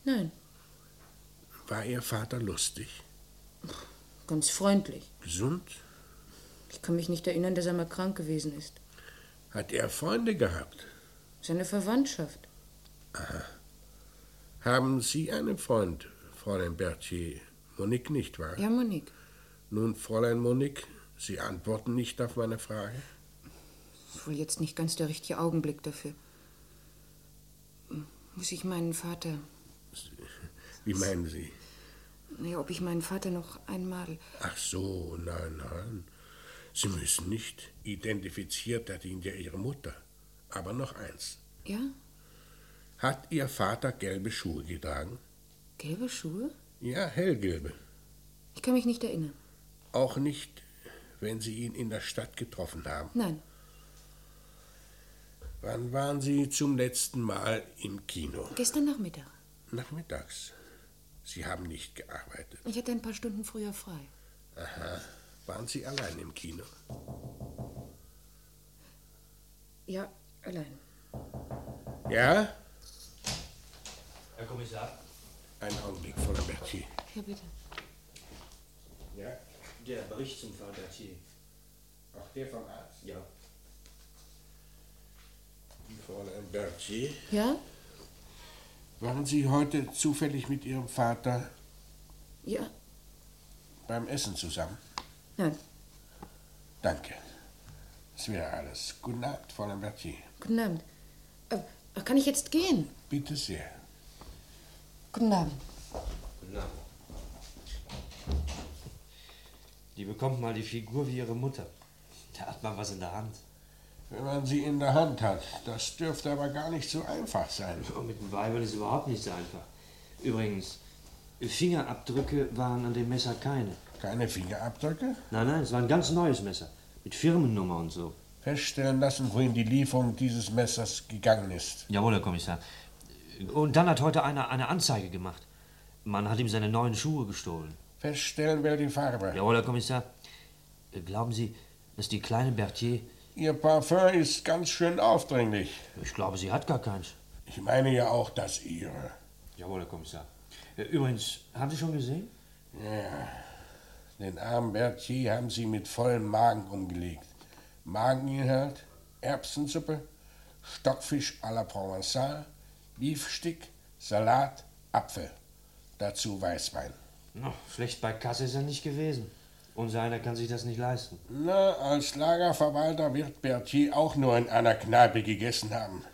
[SPEAKER 19] Nein,
[SPEAKER 12] War Ihr Vater lustig?
[SPEAKER 19] ganz freundlich.
[SPEAKER 12] Gesund?
[SPEAKER 19] Ich kann mich nicht erinnern, dass er mal krank gewesen ist.
[SPEAKER 12] Hat er Freunde gehabt?
[SPEAKER 19] Seine Verwandtschaft.
[SPEAKER 12] Aha. Haben Sie einen Freund, Fräulein Berthier? Monique nicht, wahr?
[SPEAKER 19] Ja, Monique.
[SPEAKER 12] Nun, Fräulein Monique, Sie antworten nicht auf meine Frage.
[SPEAKER 19] Ist wohl jetzt nicht ganz der richtige Augenblick dafür. Muss ich meinen Vater.
[SPEAKER 12] Wie meinen Sie?
[SPEAKER 19] Naja, ob ich meinen Vater noch einmal.
[SPEAKER 12] Ach so, nein, nein. Sie müssen nicht. Identifiziert hat ihn ja Ihre Mutter. Aber noch eins.
[SPEAKER 19] Ja?
[SPEAKER 12] Hat Ihr Vater gelbe Schuhe getragen?
[SPEAKER 19] Gelbe Schuhe?
[SPEAKER 12] Ja, hellgelbe.
[SPEAKER 19] Ich kann mich nicht erinnern.
[SPEAKER 12] Auch nicht, wenn Sie ihn in der Stadt getroffen haben.
[SPEAKER 19] Nein.
[SPEAKER 12] Wann waren Sie zum letzten Mal im Kino?
[SPEAKER 19] Gestern Nachmittag.
[SPEAKER 12] Nachmittags. Sie haben nicht gearbeitet.
[SPEAKER 19] Ich hatte ein paar Stunden früher frei.
[SPEAKER 12] Aha. Waren Sie allein im Kino?
[SPEAKER 19] Ja, allein.
[SPEAKER 12] Ja?
[SPEAKER 31] Herr Kommissar?
[SPEAKER 12] Ein Augenblick, Frau Berti.
[SPEAKER 19] Ja, bitte.
[SPEAKER 12] Ja?
[SPEAKER 8] Der Bericht zum Fall Berthier.
[SPEAKER 12] Auch der vom Arzt?
[SPEAKER 8] Ja.
[SPEAKER 12] Fräulein Berthier?
[SPEAKER 19] Ja?
[SPEAKER 12] Waren Sie heute zufällig mit Ihrem Vater
[SPEAKER 19] Ja.
[SPEAKER 12] beim Essen zusammen?
[SPEAKER 19] Nein.
[SPEAKER 12] Danke. Das wäre alles. Guten Abend, Fräulein Berthier.
[SPEAKER 19] Guten Abend. Äh, kann ich jetzt gehen?
[SPEAKER 12] Bitte sehr.
[SPEAKER 19] Guten Abend.
[SPEAKER 8] Guten Abend. Die bekommt mal die Figur wie ihre Mutter. Da hat man was in der Hand.
[SPEAKER 12] Wenn man sie in der Hand hat, das dürfte aber gar nicht so einfach sein.
[SPEAKER 8] Und Oh, mit den Weibern ist es überhaupt nicht so einfach. Übrigens, Fingerabdrücke waren an dem Messer keine.
[SPEAKER 12] Keine Fingerabdrücke?
[SPEAKER 8] Nein, nein, es war ein ganz neues Messer. Mit Firmennummer und so.
[SPEAKER 12] Feststellen lassen, wohin die Lieferung dieses Messers gegangen ist.
[SPEAKER 8] Jawohl, Herr Kommissar. Und dann hat heute einer eine Anzeige gemacht. Man hat ihm seine neuen Schuhe gestohlen.
[SPEAKER 12] Feststellen, wer die Farbe.
[SPEAKER 8] Jawohl, Herr Kommissar. Äh, Glauben Sie, dass die kleine Berthier.
[SPEAKER 12] Ihr Parfum ist ganz schön aufdringlich.
[SPEAKER 8] Ich glaube, sie hat gar keins.
[SPEAKER 12] Ich meine ja auch das Ihre.
[SPEAKER 8] Jawohl, Herr Kommissar. Äh, Übrigens, haben Sie schon gesehen?
[SPEAKER 12] Ja. Den armen Bertie haben sie mit vollem Magen umgelegt. Mageninhalt, Erbsensuppe, Stockfisch à la Provençal, Beefstick, Salat, Apfel. Dazu Weißwein.
[SPEAKER 8] Na, schlecht bei Kasse ist er nicht gewesen. Unser einer kann sich das nicht leisten.
[SPEAKER 12] Na, als Lagerverwalter wird Berthier auch nur in einer Kneipe gegessen haben.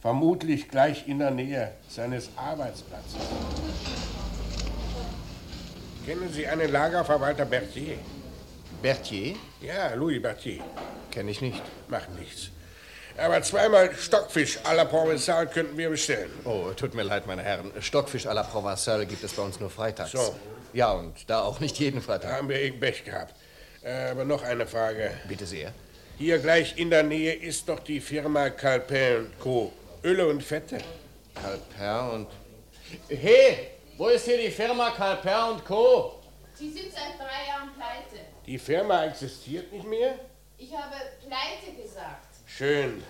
[SPEAKER 12] Vermutlich gleich in der Nähe seines Arbeitsplatzes. Kennen Sie einen Lagerverwalter Berthier?
[SPEAKER 32] Berthier?
[SPEAKER 12] Ja, Louis Berthier.
[SPEAKER 32] Kenne ich nicht.
[SPEAKER 12] Macht nichts. Aber zweimal Stockfisch à la Provençal könnten wir bestellen.
[SPEAKER 32] Oh, tut mir leid, meine Herren. Stockfisch à la Provençal gibt es bei uns nur freitags.
[SPEAKER 12] So.
[SPEAKER 32] Ja, und da auch nicht jeden Freitag.
[SPEAKER 12] Da haben wir eben Pech gehabt. Äh, Aber noch eine Frage.
[SPEAKER 32] Bitte sehr.
[SPEAKER 12] Hier gleich in der Nähe ist doch die Firma Calpin Co. Öle und Fette.
[SPEAKER 32] Calper und...
[SPEAKER 33] Hey, wo ist hier die Firma Calper und Co.?
[SPEAKER 6] Sie sind seit drei Jahren pleite.
[SPEAKER 12] Die Firma existiert nicht mehr?
[SPEAKER 6] Ich habe pleite gesagt.
[SPEAKER 12] Schön.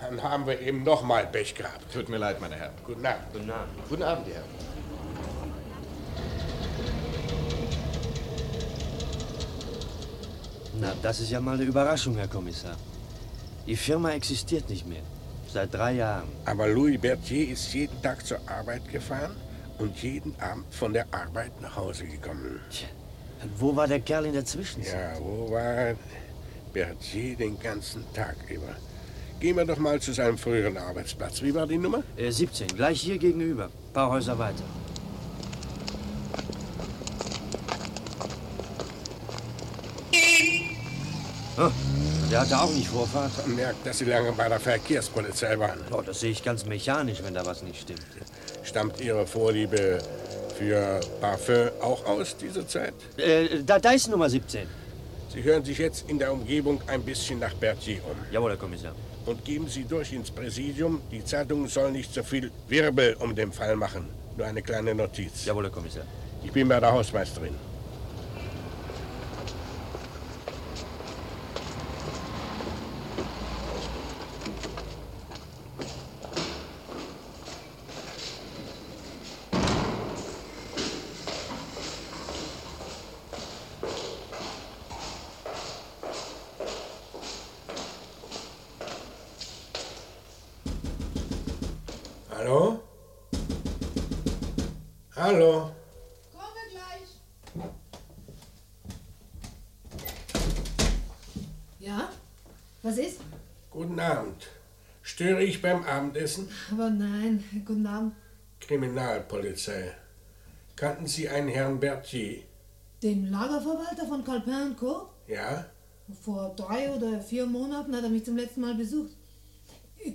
[SPEAKER 12] Dann haben wir eben noch mal Pech gehabt.
[SPEAKER 32] Tut mir leid, meine Herren.
[SPEAKER 12] Guten Abend.
[SPEAKER 8] Guten Abend.
[SPEAKER 32] Guten Abend, Herr.
[SPEAKER 8] Na, das ist ja mal eine Überraschung, Herr Kommissar. Die Firma existiert nicht mehr. Seit drei Jahren.
[SPEAKER 12] Aber Louis Berthier ist jeden Tag zur Arbeit gefahren und jeden Abend von der Arbeit nach Hause gekommen.
[SPEAKER 8] Wo war der Kerl in der Zwischenzeit?
[SPEAKER 12] Ja, wo war er? Berthier den ganzen Tag über. Gehen wir doch mal zu seinem früheren Arbeitsplatz. Wie war die Nummer?
[SPEAKER 13] 17, Äh, gleich hier gegenüber. Paar Häuser weiter.
[SPEAKER 12] Oh, der hatte auch nicht Vorfahrt. Man merkt, dass Sie lange bei der Verkehrspolizei waren. Oh, das sehe ich ganz mechanisch, wenn da was nicht stimmt. Stammt Ihre Vorliebe für Parfüm auch aus dieser Zeit?
[SPEAKER 13] Äh, da, da ist Nummer 17.
[SPEAKER 12] Sie hören sich jetzt in der Umgebung ein bisschen nach Berthier um. Jawohl, Herr Kommissar. Und geben Sie durch ins Präsidium. Die Zeitung soll nicht so viel Wirbel um den Fall machen. Nur eine kleine Notiz. Jawohl, Herr Kommissar. Ich bin bei der Hausmeisterin. Hallo? Hallo?
[SPEAKER 17] Komme gleich.
[SPEAKER 9] Ja? Was ist?
[SPEAKER 12] Guten Abend. Störe ich beim Abendessen?
[SPEAKER 9] Aber nein, guten Abend.
[SPEAKER 12] Kriminalpolizei. Kannten Sie einen Herrn Berthier?
[SPEAKER 9] Den Lagerverwalter von Calpin und Co.
[SPEAKER 12] Ja?
[SPEAKER 9] Vor drei oder vier Monaten hat er mich zum letzten Mal besucht.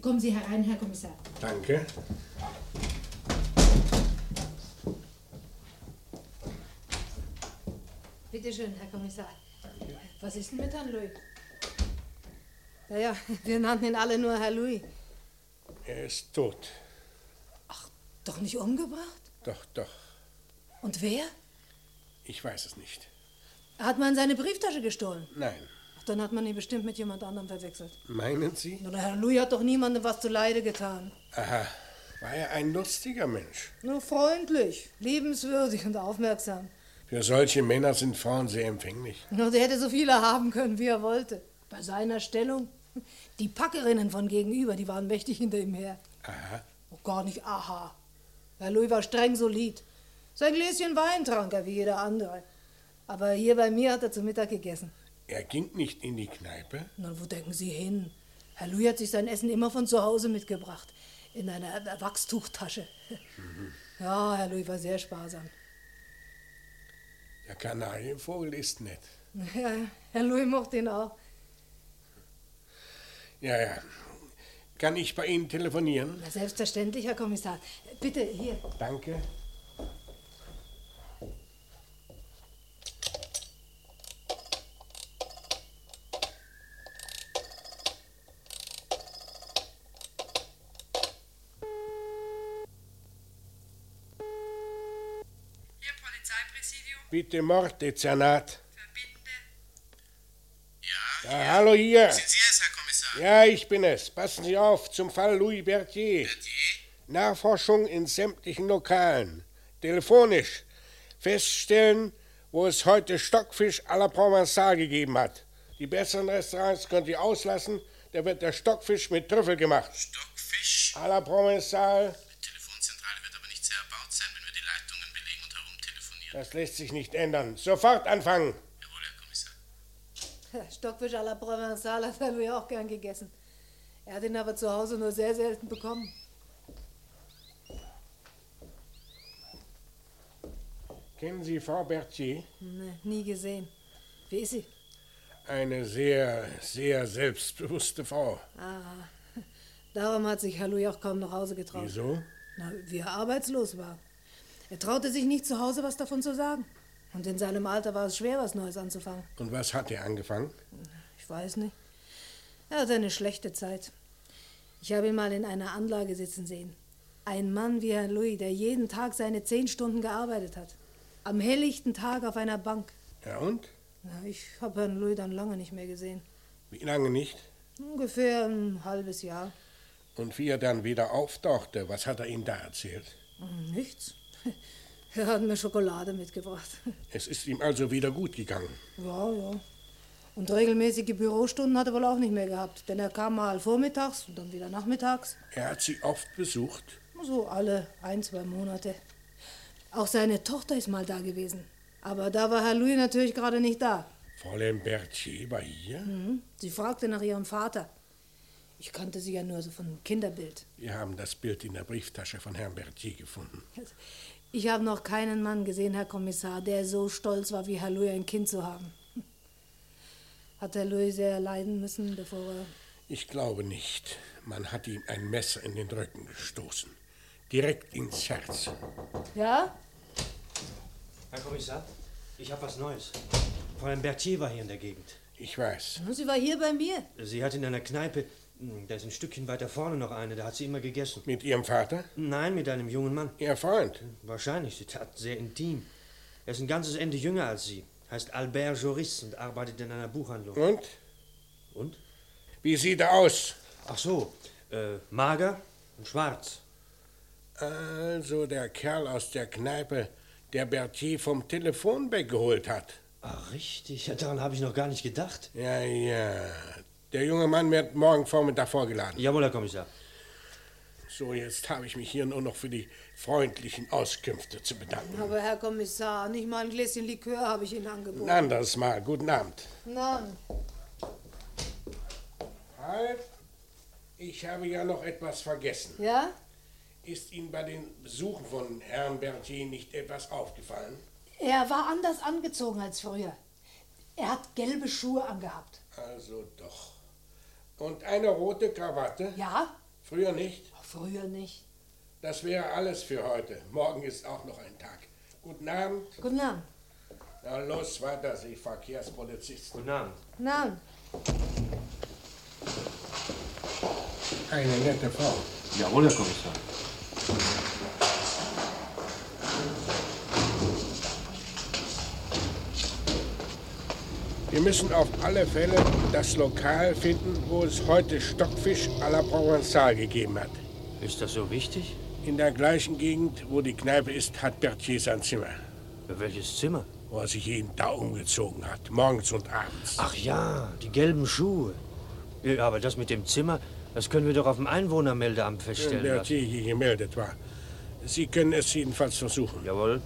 [SPEAKER 9] Kommen Sie herein, Herr Kommissar.
[SPEAKER 12] Danke.
[SPEAKER 27] Bitte schön, Herr Kommissar. Was ist denn mit Herrn Louis? Naja, wir nannten ihn alle nur Herr Louis.
[SPEAKER 12] Er ist tot.
[SPEAKER 27] Doch nicht umgebracht?
[SPEAKER 12] Doch, doch.
[SPEAKER 27] Und wer?
[SPEAKER 12] Ich weiß es nicht.
[SPEAKER 27] Hat man seine Brieftasche gestohlen?
[SPEAKER 12] Nein.
[SPEAKER 27] Ach, Dann hat man ihn bestimmt mit jemand anderem verwechselt.
[SPEAKER 12] Meinen Sie?
[SPEAKER 27] Oder Herr Louis hat doch niemandem was zuleide getan.
[SPEAKER 12] Aha. War er ein lustiger Mensch?
[SPEAKER 27] Nur freundlich, liebenswürdig und aufmerksam.
[SPEAKER 12] Für solche Männer sind Frauen sehr empfänglich.
[SPEAKER 27] Und er hätte so viele haben können, wie er wollte. Bei seiner Stellung. Die Packerinnen von gegenüber, die waren mächtig hinter ihm her.
[SPEAKER 12] Aha.
[SPEAKER 27] Oh, gar nicht aha. Herr Louis war streng solid. Sein Gläschen Wein trank er wie jeder andere. Aber hier bei mir hat er zu Mittag gegessen.
[SPEAKER 12] Er ging nicht in die Kneipe?
[SPEAKER 27] Na, wo denken Sie hin? Herr Louis hat sich sein Essen immer von zu Hause mitgebracht. In einer Wachstuchtasche.
[SPEAKER 12] Mhm.
[SPEAKER 27] Ja, Herr Louis war sehr sparsam. [LAUGHS]
[SPEAKER 12] Der Kanarienvogel ist nett.
[SPEAKER 27] Ja, Herr Louis mochte ihn auch.
[SPEAKER 12] Ja, ja. Kann ich bei Ihnen telefonieren?
[SPEAKER 27] Na, selbstverständlich, Herr Kommissar. Bitte, hier.
[SPEAKER 12] Danke. Bitte Morddezernat. Verbinde. Ja, hallo hier. Sind Sie es, Herr Kommissar? Ja, ich bin es. Passen Sie auf zum Fall Louis Berthier. Nachforschung in sämtlichen Lokalen. Telefonisch. Feststellen, wo es heute Stockfisch à la Provençal gegeben hat. Die besseren Restaurants könnt ihr auslassen. Da wird der Stockfisch mit Trüffel gemacht. Stockfisch? À la Provençal.
[SPEAKER 13] Telefonzentrale wird aber nicht sehr erbaut sein, wenn wir die Leitungen belegen und herumtelefonieren.
[SPEAKER 12] Das lässt sich nicht ändern. Sofort anfangen.
[SPEAKER 27] Stockfisch à la Provençal hat Herr Louis auch gern gegessen. Er hat ihn aber zu Hause nur sehr selten bekommen.
[SPEAKER 12] Kennen Sie Frau Berthier?
[SPEAKER 27] Nee, nie gesehen. Wie ist sie?
[SPEAKER 12] Eine sehr, sehr selbstbewusste Frau.
[SPEAKER 27] Ah, darum hat sich Herr Louis auch kaum nach Hause getraut.
[SPEAKER 12] Wieso?
[SPEAKER 27] Na, wie er arbeitslos war. Er traute sich nicht zu Hause was davon zu sagen. Und in seinem Alter war es schwer, was Neues anzufangen.
[SPEAKER 12] Und was hat er angefangen?
[SPEAKER 27] Ich weiß nicht. Er hatte eine schlechte Zeit. Ich habe ihn mal in einer Anlage sitzen sehen. Ein Mann wie Herr Louis, der jeden Tag seine zehn Stunden gearbeitet hat. Am helllichten Tag auf einer Bank.
[SPEAKER 12] Ja und?
[SPEAKER 27] Na, ich habe Herrn Louis dann lange nicht mehr gesehen.
[SPEAKER 12] Wie lange nicht?
[SPEAKER 27] Ungefähr ein halbes Jahr.
[SPEAKER 12] Und wie er dann wieder auftauchte, was hat er Ihnen da erzählt?
[SPEAKER 27] Hm, Nichts. [LAUGHS] Er hat mir Schokolade mitgebracht. [LAUGHS]
[SPEAKER 12] Es ist ihm also wieder gut gegangen.
[SPEAKER 27] Ja, ja. Und regelmäßige Bürostunden hat er wohl auch nicht mehr gehabt, denn er kam mal vormittags und dann wieder nachmittags.
[SPEAKER 12] Er hat sie oft besucht.
[SPEAKER 27] So alle ein, zwei Monate. Auch seine Tochter ist mal da gewesen. Aber da war Herr Louis natürlich gerade nicht da.
[SPEAKER 12] Fräulein Bertschi war hier?
[SPEAKER 27] Mhm. Sie fragte nach ihrem Vater. Ich kannte sie ja nur so von einem Kinderbild.
[SPEAKER 12] Wir haben das Bild in der Brieftasche von Herrn Bertschi gefunden.
[SPEAKER 27] Ich habe noch keinen Mann gesehen, Herr Kommissar, der so stolz war, wie Herr Louis ein Kind zu haben. [LAUGHS] Hat Herr Louis sehr leiden müssen, bevor er.
[SPEAKER 12] Ich glaube nicht. Man hat ihm ein Messer in den Rücken gestoßen. Direkt ins Herz.
[SPEAKER 27] Ja?
[SPEAKER 8] Herr Kommissar, ich habe was Neues. Fräulein Berthier war hier in der Gegend.
[SPEAKER 12] Ich weiß.
[SPEAKER 27] Sie war hier bei mir.
[SPEAKER 8] Sie hat in einer Kneipe, mh, da ist ein Stückchen weiter vorne noch eine, da hat sie immer gegessen.
[SPEAKER 12] Mit Ihrem Vater?
[SPEAKER 8] Nein, mit einem jungen Mann.
[SPEAKER 12] Ihr Freund?
[SPEAKER 8] Wahrscheinlich, sie tat sehr intim. Er ist ein ganzes Ende jünger als Sie, heißt Albert Joris und arbeitet in einer Buchhandlung.
[SPEAKER 12] Und?
[SPEAKER 8] Und?
[SPEAKER 12] Wie sieht er aus?
[SPEAKER 8] Ach so, äh, mager und schwarz.
[SPEAKER 12] Also der Kerl aus der Kneipe, der Berthier vom Telefon weggeholt hat.
[SPEAKER 8] Ach, Ah, richtig. Ja, daran habe ich noch gar nicht gedacht.
[SPEAKER 12] Ja, ja. Der junge Mann wird morgen Vormittag vorgeladen.
[SPEAKER 8] Jawohl, Herr Kommissar.
[SPEAKER 12] So, jetzt habe ich mich hier nur noch für die freundlichen Auskünfte zu bedanken.
[SPEAKER 27] Aber Herr Kommissar, nicht mal ein Gläschen Likör habe ich Ihnen angeboten.
[SPEAKER 12] Ein anderes Mal. Guten Abend.
[SPEAKER 27] Nein.
[SPEAKER 12] Halt. Ich habe ja noch etwas vergessen.
[SPEAKER 27] Ja?
[SPEAKER 12] Ist Ihnen bei den Besuchen von Herrn Berthier nicht etwas aufgefallen?
[SPEAKER 27] Er war anders angezogen als früher. Er hat gelbe Schuhe angehabt.
[SPEAKER 12] Also doch. Und eine rote Krawatte?
[SPEAKER 27] Ja?
[SPEAKER 12] Früher nicht?
[SPEAKER 27] Früher nicht.
[SPEAKER 12] Das wäre alles für heute. Morgen ist auch noch ein Tag. Guten Abend.
[SPEAKER 27] Guten Abend.
[SPEAKER 12] Na los, weiter, Sie Verkehrspolizisten.
[SPEAKER 8] Guten Abend.
[SPEAKER 27] Nein.
[SPEAKER 12] Eine nette Frau.
[SPEAKER 8] Jawohl, Herr Kommissar.
[SPEAKER 12] Wir müssen auf alle Fälle das Lokal finden, wo es heute Stockfisch à la Provençal gegeben hat.
[SPEAKER 8] Ist das so wichtig?
[SPEAKER 12] In der gleichen Gegend, wo die Kneipe ist, hat Berthier sein Zimmer,
[SPEAKER 8] Welches Zimmer?
[SPEAKER 12] wo er sich jeden Tag umgezogen hat, morgens und abends.
[SPEAKER 8] Ach ja, die gelben Schuhe. Ja, aber das mit dem Zimmer, das können wir doch auf dem Einwohnermeldeamt
[SPEAKER 12] Wenn
[SPEAKER 8] feststellen lassen.
[SPEAKER 12] Berthier hier gemeldet war. Sie können es jedenfalls versuchen.
[SPEAKER 8] Jawohl.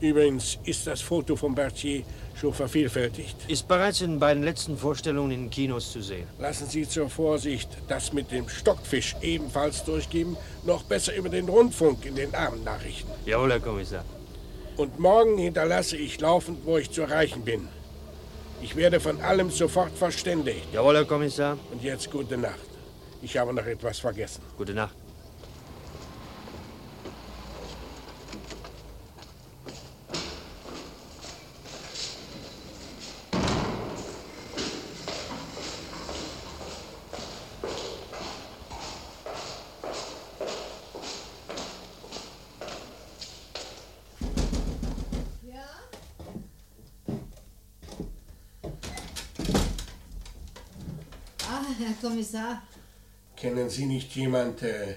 [SPEAKER 12] Übrigens ist das Foto von Berthier schon vervielfältigt.
[SPEAKER 8] Ist bereits in den beiden letzten Vorstellungen in den Kinos zu sehen.
[SPEAKER 12] Lassen Sie zur Vorsicht das mit dem Stockfisch ebenfalls durchgeben, noch besser über den Rundfunk in den Abendnachrichten.
[SPEAKER 8] Jawohl, Herr Kommissar.
[SPEAKER 12] Und morgen hinterlasse ich laufend, wo ich zu erreichen bin. Ich werde von allem sofort verständigt.
[SPEAKER 8] Jawohl, Herr Kommissar.
[SPEAKER 12] Und jetzt gute Nacht. Ich habe noch etwas vergessen.
[SPEAKER 8] Gute Nacht.
[SPEAKER 17] Ah, Herr Kommissar.
[SPEAKER 12] Kennen Sie nicht jemand, äh,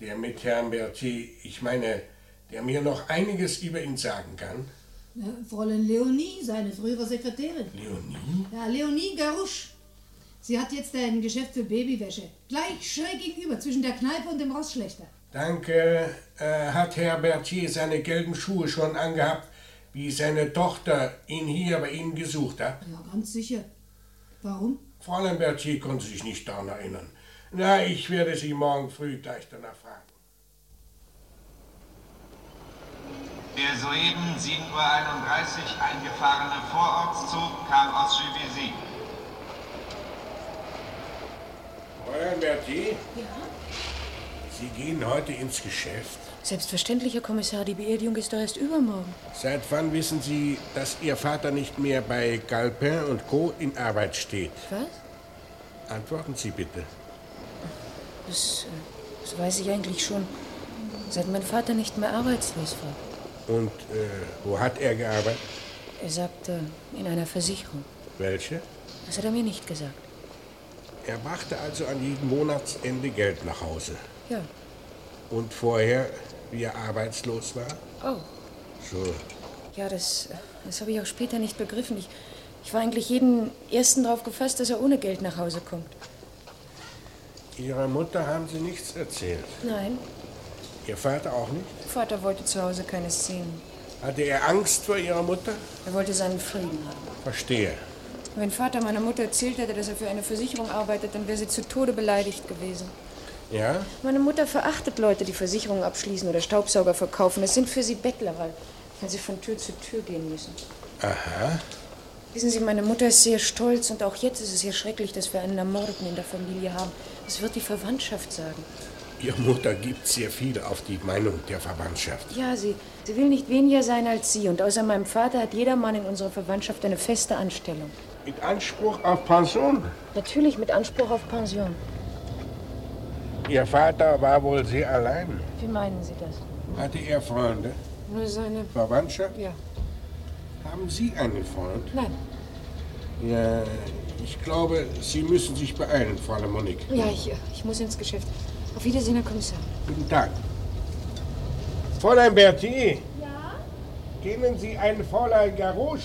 [SPEAKER 12] der mit Herrn Berthier, ich meine, der mir noch einiges über ihn sagen kann?
[SPEAKER 17] Ja, Fräulein äh, Leonie, seine frühere Sekretärin.
[SPEAKER 12] Leonie?
[SPEAKER 17] Ja, Leonie Garusch. Sie hat jetzt ein Geschäft für Babywäsche. Gleich schräg gegenüber, zwischen der Kneipe und dem Rossschlechter.
[SPEAKER 12] Danke. Äh, hat Herr Berthier seine gelben Schuhe schon angehabt, wie seine Tochter ihn hier bei Ihnen gesucht hat?
[SPEAKER 17] Ja, ganz sicher. Warum?
[SPEAKER 12] Fräulein Berthier konnte sich nicht daran erinnern. Na, ich werde Sie morgen früh gleich danach fragen.
[SPEAKER 18] Der soeben 7.31 Uhr eingefahrene Vorortszug kam aus Juvisy.
[SPEAKER 12] Fräulein Berthier,
[SPEAKER 19] Ja?
[SPEAKER 12] Sie gehen heute ins Geschäft.
[SPEAKER 19] Selbstverständlich, Herr Kommissar. Die Beerdigung ist doch erst übermorgen.
[SPEAKER 12] Seit wann wissen Sie, dass Ihr Vater nicht mehr bei Galpin und Co. in Arbeit steht?
[SPEAKER 19] Was?
[SPEAKER 12] Antworten Sie bitte.
[SPEAKER 19] Das, äh, das weiß ich eigentlich schon, seit mein Vater nicht mehr arbeitslos war.
[SPEAKER 12] Und äh, wo hat er gearbeitet?
[SPEAKER 19] Er sagte, in einer Versicherung.
[SPEAKER 12] Welche?
[SPEAKER 19] Das hat er mir nicht gesagt.
[SPEAKER 12] Er brachte also an jedem Monatsende Geld nach Hause.
[SPEAKER 19] Ja.
[SPEAKER 12] Und vorher, wie er arbeitslos war?
[SPEAKER 19] Oh,
[SPEAKER 12] So,
[SPEAKER 19] ja, das, äh, das habe ich auch später nicht begriffen. Ich, ich war eigentlich jeden ersten drauf gefasst, dass er ohne Geld nach Hause kommt.
[SPEAKER 12] Ihrer Mutter haben Sie nichts erzählt.
[SPEAKER 19] Nein,
[SPEAKER 12] Ihr Vater auch nicht?
[SPEAKER 19] Vater wollte zu Hause keine Szenen.
[SPEAKER 12] Hatte er Angst vor Ihrer Mutter?
[SPEAKER 19] Er wollte seinen Frieden haben.
[SPEAKER 12] Verstehe.
[SPEAKER 19] Wenn Vater meiner Mutter erzählt hätte, dass er für eine Versicherung arbeitet, dann wäre sie zu Tode beleidigt gewesen.
[SPEAKER 12] Ja?
[SPEAKER 19] Meine Mutter verachtet Leute, die Versicherungen abschließen oder Staubsauger verkaufen. Das sind für sie Bettler, weil, weil sie von Tür zu Tür gehen müssen.
[SPEAKER 12] Aha.
[SPEAKER 19] Wissen Sie, meine Mutter ist sehr stolz und auch jetzt ist es hier schrecklich, dass wir einen Ermordeten in der Familie haben. Was wird die Verwandtschaft sagen?
[SPEAKER 12] Ihre Mutter gibt sehr viel auf die Meinung der Verwandtschaft.
[SPEAKER 19] Ja, sie, sie will nicht weniger sein als Sie. Und außer meinem Vater hat jeder Mann in unserer Verwandtschaft eine feste Anstellung.
[SPEAKER 12] Mit Anspruch auf Pension?
[SPEAKER 19] Natürlich mit Anspruch auf Pension.
[SPEAKER 12] Ihr Vater war wohl sehr allein.
[SPEAKER 19] Wie meinen Sie das?
[SPEAKER 12] Hatte er Freunde?
[SPEAKER 19] Nur seine.
[SPEAKER 12] Verwandtschaft?
[SPEAKER 19] Ja.
[SPEAKER 12] Haben Sie einen Freund?
[SPEAKER 19] Nein.
[SPEAKER 12] Ja, ich glaube, Sie müssen sich beeilen, Fräulein Monique.
[SPEAKER 19] Ja, ich, ich muss ins Geschäft. Auf Wiedersehen, Herr Kommissar.
[SPEAKER 12] Guten Tag. Fräulein Berti. Ja? Kennen Sie einen Fräulein Garouche?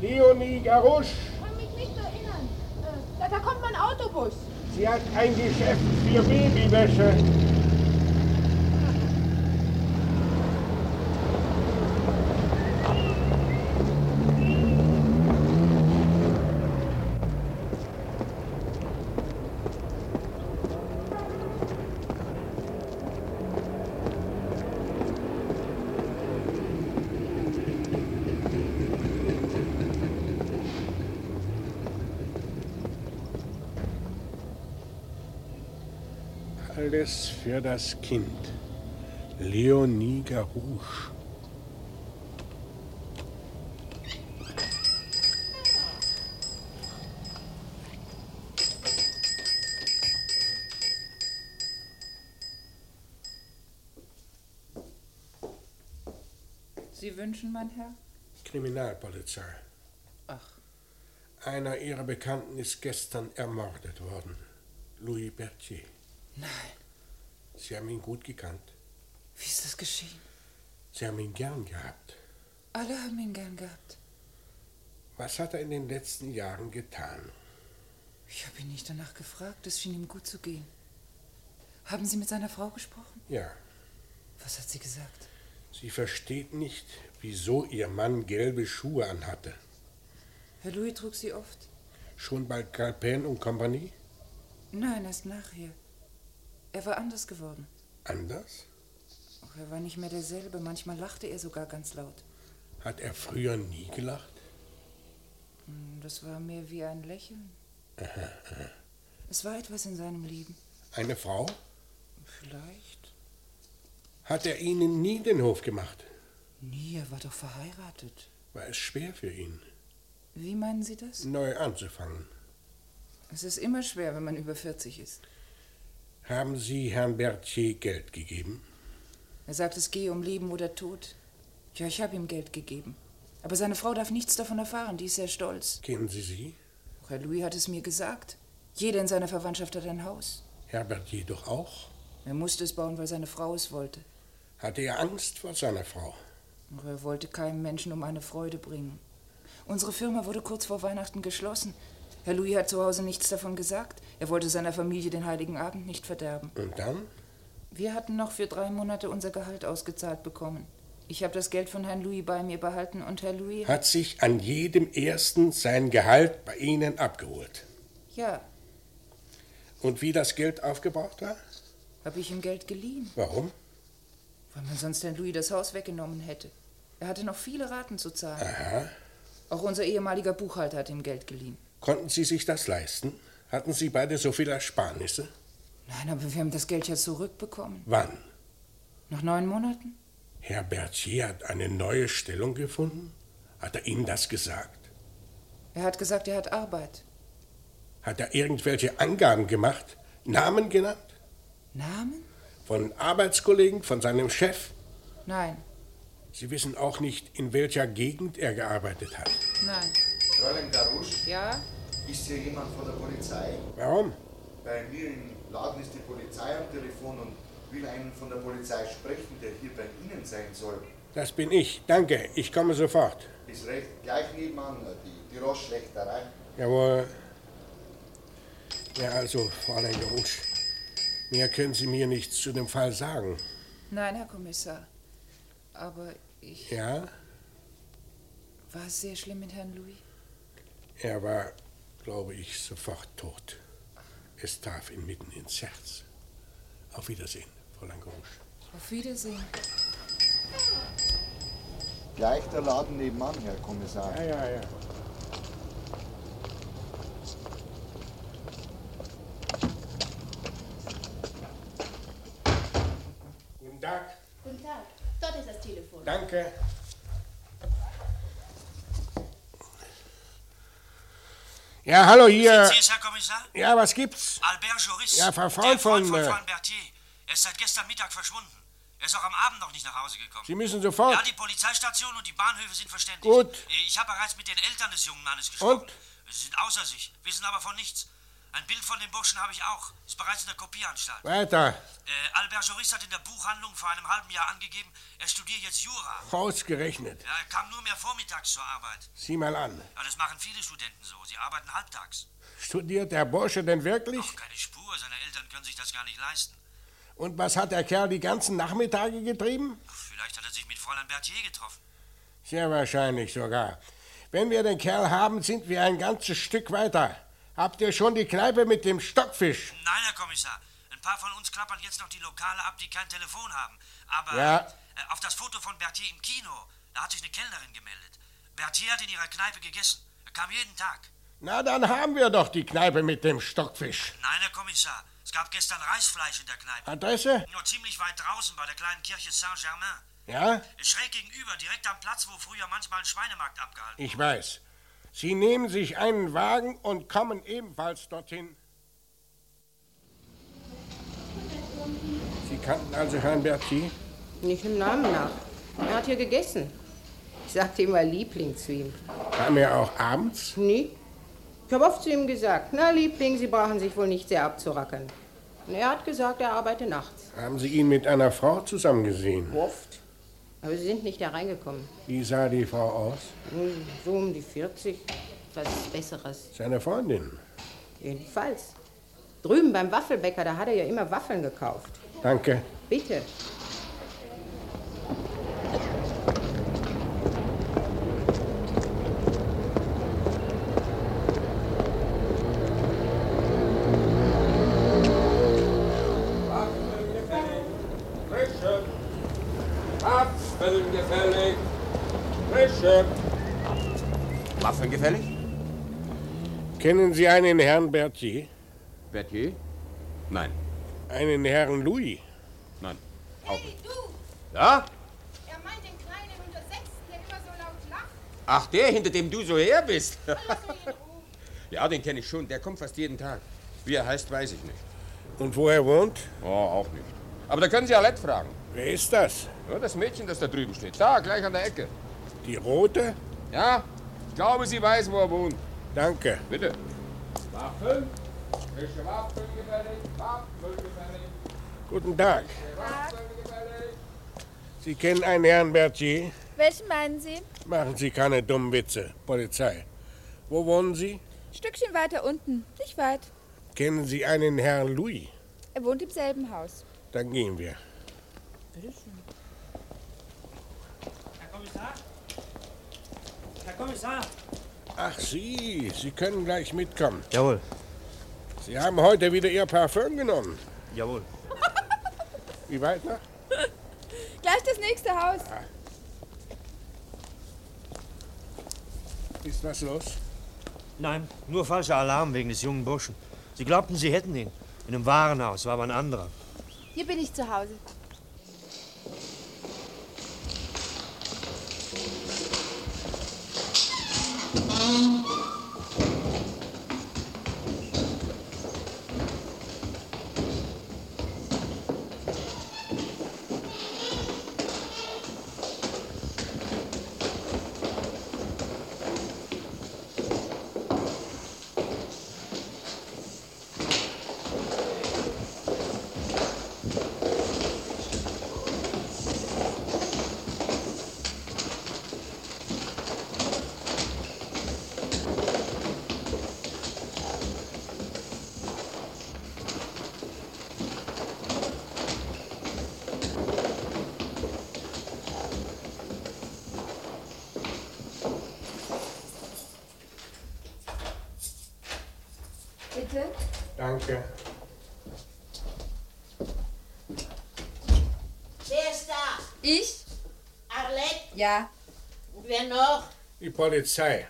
[SPEAKER 12] Leonie Garouche?
[SPEAKER 20] kann mich nicht erinnern. Äh, Da, da kommt mein Autobus.
[SPEAKER 12] Sie hat ein Geschäft für Babywäsche. Alles für das Kind. Leonie Garouche.
[SPEAKER 21] Sie wünschen, mein Herr?
[SPEAKER 12] Kriminalpolizei.
[SPEAKER 21] Ach.
[SPEAKER 12] Einer ihrer Bekannten ist gestern ermordet worden. Louis Berthier.
[SPEAKER 21] Nein.
[SPEAKER 12] Sie haben ihn gut gekannt.
[SPEAKER 21] Wie ist das geschehen?
[SPEAKER 12] Sie haben ihn gern gehabt.
[SPEAKER 21] Alle haben ihn gern gehabt.
[SPEAKER 12] Was hat er in den letzten Jahren getan?
[SPEAKER 21] Ich habe ihn nicht danach gefragt. Es schien ihm gut zu gehen. Haben Sie mit seiner Frau gesprochen?
[SPEAKER 12] Ja,
[SPEAKER 21] Was hat sie gesagt?
[SPEAKER 12] sie versteht nicht, wieso ihr Mann gelbe Schuhe anhatte.
[SPEAKER 21] Herr Louis trug sie oft.
[SPEAKER 12] Schon bei Calpin und Kompanie?
[SPEAKER 21] Nein, erst nachher. Er war anders geworden.
[SPEAKER 12] Anders?
[SPEAKER 21] Auch er war nicht mehr derselbe. Manchmal lachte er sogar ganz laut.
[SPEAKER 12] Hat er früher nie gelacht?
[SPEAKER 21] Hm, Das war mehr wie ein Lächeln.
[SPEAKER 12] Aha, aha.
[SPEAKER 21] Es war etwas in seinem Leben.
[SPEAKER 12] Eine Frau?
[SPEAKER 21] Vielleicht.
[SPEAKER 12] Hat er Ihnen nie den Hof gemacht?
[SPEAKER 21] Nie, er war doch verheiratet.
[SPEAKER 12] War es schwer für ihn,
[SPEAKER 21] Wie meinen Sie das?
[SPEAKER 12] neu anzufangen?
[SPEAKER 21] Es ist immer schwer, wenn man über 40 ist.
[SPEAKER 12] Haben Sie Herrn Berthier Geld gegeben?
[SPEAKER 21] Er sagt, es gehe um Leben oder Tod. Ja, ich habe ihm Geld gegeben. Aber seine Frau darf nichts davon erfahren, die ist sehr stolz.
[SPEAKER 12] Kennen Sie sie?
[SPEAKER 21] Auch Herr Louis hat es mir gesagt. Jeder in seiner Verwandtschaft hat ein Haus.
[SPEAKER 12] Herr Berthier doch auch?
[SPEAKER 21] Er musste es bauen, weil seine Frau es wollte.
[SPEAKER 12] Hatte er Angst vor seiner Frau?
[SPEAKER 21] Auch er wollte keinem Menschen um eine Freude bringen. Unsere Firma wurde kurz vor Weihnachten geschlossen. Herr Louis hat zu Hause nichts davon gesagt. Er wollte seiner Familie den heiligen Abend nicht verderben.
[SPEAKER 12] Und dann?
[SPEAKER 21] Wir hatten noch für drei Monate unser Gehalt ausgezahlt bekommen. Ich habe das Geld von Herrn Louis bei mir behalten und Herr Louis
[SPEAKER 12] Hat sich an jedem Ersten sein Gehalt bei Ihnen abgeholt.
[SPEAKER 21] Ja,
[SPEAKER 12] Und wie das Geld aufgebraucht war?
[SPEAKER 21] habe ich ihm Geld geliehen,
[SPEAKER 12] Warum?
[SPEAKER 21] weil man sonst Herrn Louis das Haus weggenommen hätte. Er hatte noch viele Raten zu zahlen.
[SPEAKER 12] Aha.
[SPEAKER 21] Auch unser ehemaliger Buchhalter hat ihm Geld geliehen.
[SPEAKER 12] Konnten Sie sich das leisten? Hatten Sie beide so viel Ersparnisse?
[SPEAKER 21] Nein, aber wir haben das Geld ja zurückbekommen.
[SPEAKER 12] Wann?
[SPEAKER 21] Nach neun Monaten?
[SPEAKER 12] Herr Berthier hat eine neue Stellung gefunden? Hat er Ihnen das gesagt?
[SPEAKER 21] Er hat gesagt, er hat Arbeit.
[SPEAKER 12] Hat er irgendwelche Angaben gemacht? Namen genannt?
[SPEAKER 21] Namen?
[SPEAKER 12] Von Arbeitskollegen? Von seinem Chef?
[SPEAKER 21] Nein,
[SPEAKER 12] Sie wissen auch nicht, in welcher Gegend er gearbeitet hat.
[SPEAKER 21] nein.
[SPEAKER 10] Fräulein Garusch?
[SPEAKER 21] Ja?
[SPEAKER 10] Ist hier jemand von der Polizei?
[SPEAKER 12] Warum?
[SPEAKER 10] Bei mir im Laden ist die Polizei am Telefon und will einen von der Polizei sprechen, der hier bei Ihnen sein soll.
[SPEAKER 12] Das bin ich. Danke, ich komme sofort.
[SPEAKER 10] Ist recht gleich nebenan, die, die Rossschlächterei.
[SPEAKER 12] Jawohl. Ja, also, Fräulein Gerusch, mehr können Sie mir nichts zu dem Fall sagen.
[SPEAKER 21] Nein, Herr Kommissar. Aber ich
[SPEAKER 12] Ja?
[SPEAKER 21] war es sehr schlimm mit Herrn Louis.
[SPEAKER 12] Er war, glaube ich, sofort tot. Es traf ihn mitten ins Herz. Auf Wiedersehen, Fräulein Grosch.
[SPEAKER 21] Auf Wiedersehen.
[SPEAKER 10] Gleich der Laden nebenan, Herr Kommissar.
[SPEAKER 12] Ja, ja, ja. Guten Tag.
[SPEAKER 20] Guten Tag. Dort ist das Telefon.
[SPEAKER 12] Danke. Ja, hallo hier.
[SPEAKER 13] Sind Sie es, Herr Kommissar?
[SPEAKER 12] Ja, was gibt's?
[SPEAKER 13] Albert Joris.
[SPEAKER 12] Ja, Frau Freund
[SPEAKER 13] der Freund
[SPEAKER 12] von,
[SPEAKER 13] von
[SPEAKER 12] äh,
[SPEAKER 13] Juan Berthier. Er ist seit gestern Mittag verschwunden. Er ist auch am Abend noch nicht nach Hause gekommen.
[SPEAKER 12] Sie müssen sofort.
[SPEAKER 13] Ja, die Polizeistation und die Bahnhöfe sind verständigt. Äh,
[SPEAKER 12] Gut.
[SPEAKER 13] Ich habe bereits mit den Eltern des jungen Mannes gesprochen.
[SPEAKER 12] Und?
[SPEAKER 13] Sie sind außer sich, wissen aber von nichts. Ein Bild von dem Burschen habe ich auch. Ist bereits in der Kopieanstalt.
[SPEAKER 12] Weiter.
[SPEAKER 13] Äh, Albert Joris hat in der Buchhandlung vor einem halben Jahr angegeben, er studiert jetzt Jura.
[SPEAKER 12] Ausgerechnet.
[SPEAKER 13] Ja, er kam nur mehr vormittags zur Arbeit.
[SPEAKER 12] Sieh mal an.
[SPEAKER 13] Ja, das machen viele Studenten so. Sie arbeiten halbtags.
[SPEAKER 12] Studiert der Bursche denn wirklich?
[SPEAKER 13] Auch keine Spur, seine Eltern können sich das gar nicht leisten.
[SPEAKER 12] Und was hat der Kerl die ganzen Nachmittage getrieben?
[SPEAKER 13] Vielleicht hat er sich mit Fräulein Berthier getroffen.
[SPEAKER 12] Sehr wahrscheinlich sogar. Wenn wir den Kerl haben, sind wir ein ganzes Stück weiter. Habt ihr schon die Kneipe mit dem Stockfisch?
[SPEAKER 13] Nein, Herr Kommissar. Ein paar von uns klappern jetzt noch die Lokale ab, die kein Telefon haben. Aber
[SPEAKER 12] Ja.
[SPEAKER 13] äh, auf das Foto von Berthier im Kino, da hat sich eine Kellnerin gemeldet. Berthier hat in ihrer Kneipe gegessen. Er kam jeden Tag.
[SPEAKER 12] Na, dann haben wir doch die Kneipe mit dem Stockfisch.
[SPEAKER 13] Nein, Herr Kommissar. Es gab gestern Reisfleisch in der
[SPEAKER 12] Ah,
[SPEAKER 13] Kneipe.
[SPEAKER 12] Adresse?
[SPEAKER 13] Nur ziemlich weit draußen bei der kleinen Kirche Saint-Germain.
[SPEAKER 12] Ja,
[SPEAKER 13] Schräg gegenüber, direkt am Platz, wo früher manchmal ein Schweinemarkt abgehalten
[SPEAKER 12] ich weiß. Sie nehmen sich einen Wagen und kommen ebenfalls dorthin. Sie kannten also Herrn Berti?
[SPEAKER 2] Nicht im Namen nach. Er hat hier gegessen. Ich sagte immer Liebling zu ihm.
[SPEAKER 12] Kam er auch abends?
[SPEAKER 2] Nie. Ich habe oft zu ihm gesagt, na Liebling, Sie brauchen sich wohl nicht sehr abzurackern. Und er hat gesagt, er arbeite nachts.
[SPEAKER 12] Haben Sie ihn mit einer Frau zusammen gesehen?
[SPEAKER 2] Oft. Aber Sie sind nicht da reingekommen.
[SPEAKER 12] Wie sah die Frau aus?
[SPEAKER 2] Hm, So um die 40. Was Besseres.
[SPEAKER 12] Seine Freundin.
[SPEAKER 2] Jedenfalls. Drüben beim Waffelbäcker, da hat er ja immer Waffeln gekauft.
[SPEAKER 12] Danke.
[SPEAKER 2] Bitte.
[SPEAKER 12] Frische. Waffeln gefällig. Frische.
[SPEAKER 7] Waffeln gefällig?
[SPEAKER 12] Kennen Sie einen Herrn Berthier?
[SPEAKER 7] Berthier? Nein.
[SPEAKER 12] Einen Herrn Louis?
[SPEAKER 7] Nein.
[SPEAKER 12] Auch.
[SPEAKER 7] Ja?
[SPEAKER 20] Er meint den Kleinen unter sechs, der immer so laut lacht.
[SPEAKER 7] Ach, der, hinter dem du so her bist. [LAUGHS] ja, den kenne ich schon. Der kommt fast jeden Tag. Wie er heißt, weiß ich nicht.
[SPEAKER 12] Und wo er wohnt?
[SPEAKER 7] Oh, auch nicht. Aber da können Sie Alette fragen.
[SPEAKER 12] Wer ist das?
[SPEAKER 7] Ja, das Mädchen, das da drüben steht. Da, gleich an der Ecke.
[SPEAKER 12] Die Rote?
[SPEAKER 7] Ja, ich glaube, sie weiß, wo er wohnt.
[SPEAKER 12] Danke.
[SPEAKER 7] Bitte.
[SPEAKER 12] Waffeln?
[SPEAKER 7] Frische Waffeln gefällig, Waffeln gefällig.
[SPEAKER 12] Guten Tag. Sie kennen einen Herrn Berthier?
[SPEAKER 20] Welchen meinen Sie?
[SPEAKER 12] Machen Sie keine dummen Witze. Polizei. Wo wohnen Sie?
[SPEAKER 20] Stückchen weiter unten, nicht weit.
[SPEAKER 12] Kennen Sie einen Herrn Louis?
[SPEAKER 20] Er wohnt im selben Haus.
[SPEAKER 12] Dann gehen wir.
[SPEAKER 13] Herr Kommissar? Herr Kommissar?
[SPEAKER 12] Ach Sie, Sie können gleich mitkommen.
[SPEAKER 14] Jawohl.
[SPEAKER 12] Sie haben heute wieder Ihr Parfüm genommen.
[SPEAKER 14] Jawohl.
[SPEAKER 12] Wie weit noch?
[SPEAKER 20] Äh. [LAUGHS] Gleich das nächste Haus.
[SPEAKER 12] Ist was los?
[SPEAKER 8] Nein, nur falscher Alarm wegen des jungen Burschen. Sie glaubten, Sie hätten ihn. In einem Warenhaus war aber ein anderer.
[SPEAKER 20] Hier bin ich zu Hause.
[SPEAKER 12] Danke.
[SPEAKER 6] Wer ist da?
[SPEAKER 11] Ich?
[SPEAKER 6] Arlette?
[SPEAKER 11] Ja.
[SPEAKER 6] Wer noch?
[SPEAKER 12] Die Polizei.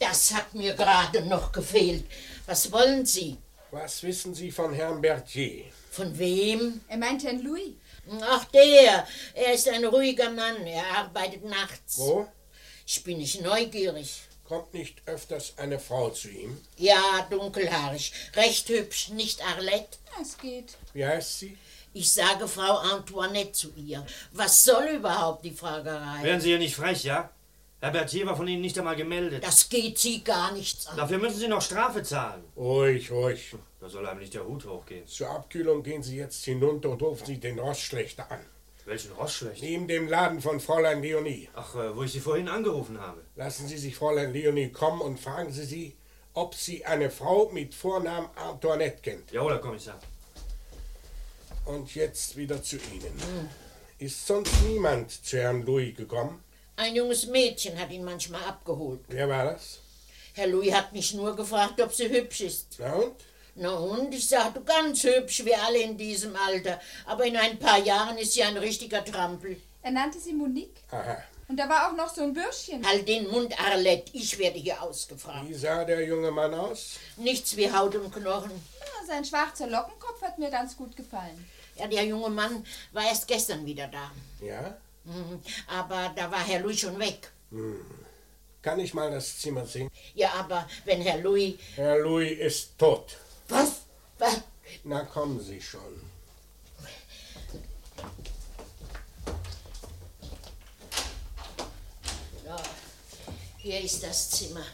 [SPEAKER 6] Das hat mir gerade noch gefehlt. Was wollen Sie?
[SPEAKER 12] Was wissen Sie von Herrn Berthier?
[SPEAKER 6] Von wem?
[SPEAKER 11] Er meint Herrn Louis.
[SPEAKER 6] Ach, der. Er ist ein ruhiger Mann. Er arbeitet nachts.
[SPEAKER 12] Wo?
[SPEAKER 6] Ich bin nicht neugierig.
[SPEAKER 12] Kommt nicht öfters eine Frau zu ihm?
[SPEAKER 6] Ja, dunkelhaarig. Recht hübsch, nicht Arlette?
[SPEAKER 11] Es geht.
[SPEAKER 12] Wie heißt sie?
[SPEAKER 6] Ich sage Frau Antoinette zu ihr. Was soll überhaupt die Fragerei?
[SPEAKER 8] Wären Sie hier nicht frech, ja? Herr Berthier war von Ihnen nicht einmal gemeldet.
[SPEAKER 6] Das geht Sie gar nichts an.
[SPEAKER 8] Dafür müssen Sie noch Strafe zahlen.
[SPEAKER 12] Ruhig, ruhig.
[SPEAKER 8] Da soll einem nicht der Hut hochgehen.
[SPEAKER 12] Zur Abkühlung gehen Sie jetzt hinunter und rufen Sie den Rostschlechter an.
[SPEAKER 8] Welchen Rostschlechter?
[SPEAKER 12] Neben dem Laden von Fräulein Leonie.
[SPEAKER 8] Ach, äh, wo ich Sie vorhin angerufen habe.
[SPEAKER 12] Lassen Sie sich Fräulein Leonie kommen und fragen Sie sie, ob sie eine Frau mit Vornamen Antoinette kennt.
[SPEAKER 8] Jawohl, Herr Kommissar.
[SPEAKER 12] Und jetzt wieder zu Ihnen. Ist sonst niemand zu Herrn Louis gekommen?
[SPEAKER 6] Ein junges Mädchen hat ihn manchmal abgeholt.
[SPEAKER 12] Wer war das?
[SPEAKER 6] Herr Louis hat mich nur gefragt, ob sie hübsch ist.
[SPEAKER 12] Na und?
[SPEAKER 6] Na und? Ich sagte, ganz hübsch, wie alle in diesem Alter. Aber in ein paar Jahren ist sie ein richtiger Trampel.
[SPEAKER 11] Er nannte sie Monique.
[SPEAKER 12] Aha.
[SPEAKER 11] Und da war auch noch so ein Bürschchen.
[SPEAKER 6] Halt den Mund, Arlette, ich werde hier ausgefragt.
[SPEAKER 12] Wie sah der junge Mann aus?
[SPEAKER 6] Nichts wie Haut und Knochen.
[SPEAKER 11] Ja, Ah, sein schwarzer Lockenkopf hat mir ganz gut gefallen.
[SPEAKER 6] Ja, der junge Mann war erst gestern wieder da.
[SPEAKER 12] Ja?
[SPEAKER 6] Mhm. Aber da war Herr Louis schon weg.
[SPEAKER 12] Hm. Kann ich mal das Zimmer sehen?
[SPEAKER 6] Ja, aber wenn Herr Louis.
[SPEAKER 12] Herr Louis ist tot.
[SPEAKER 6] Was? Was?
[SPEAKER 12] Na, kommen Sie schon.
[SPEAKER 6] Ja, hier ist das Zimmer.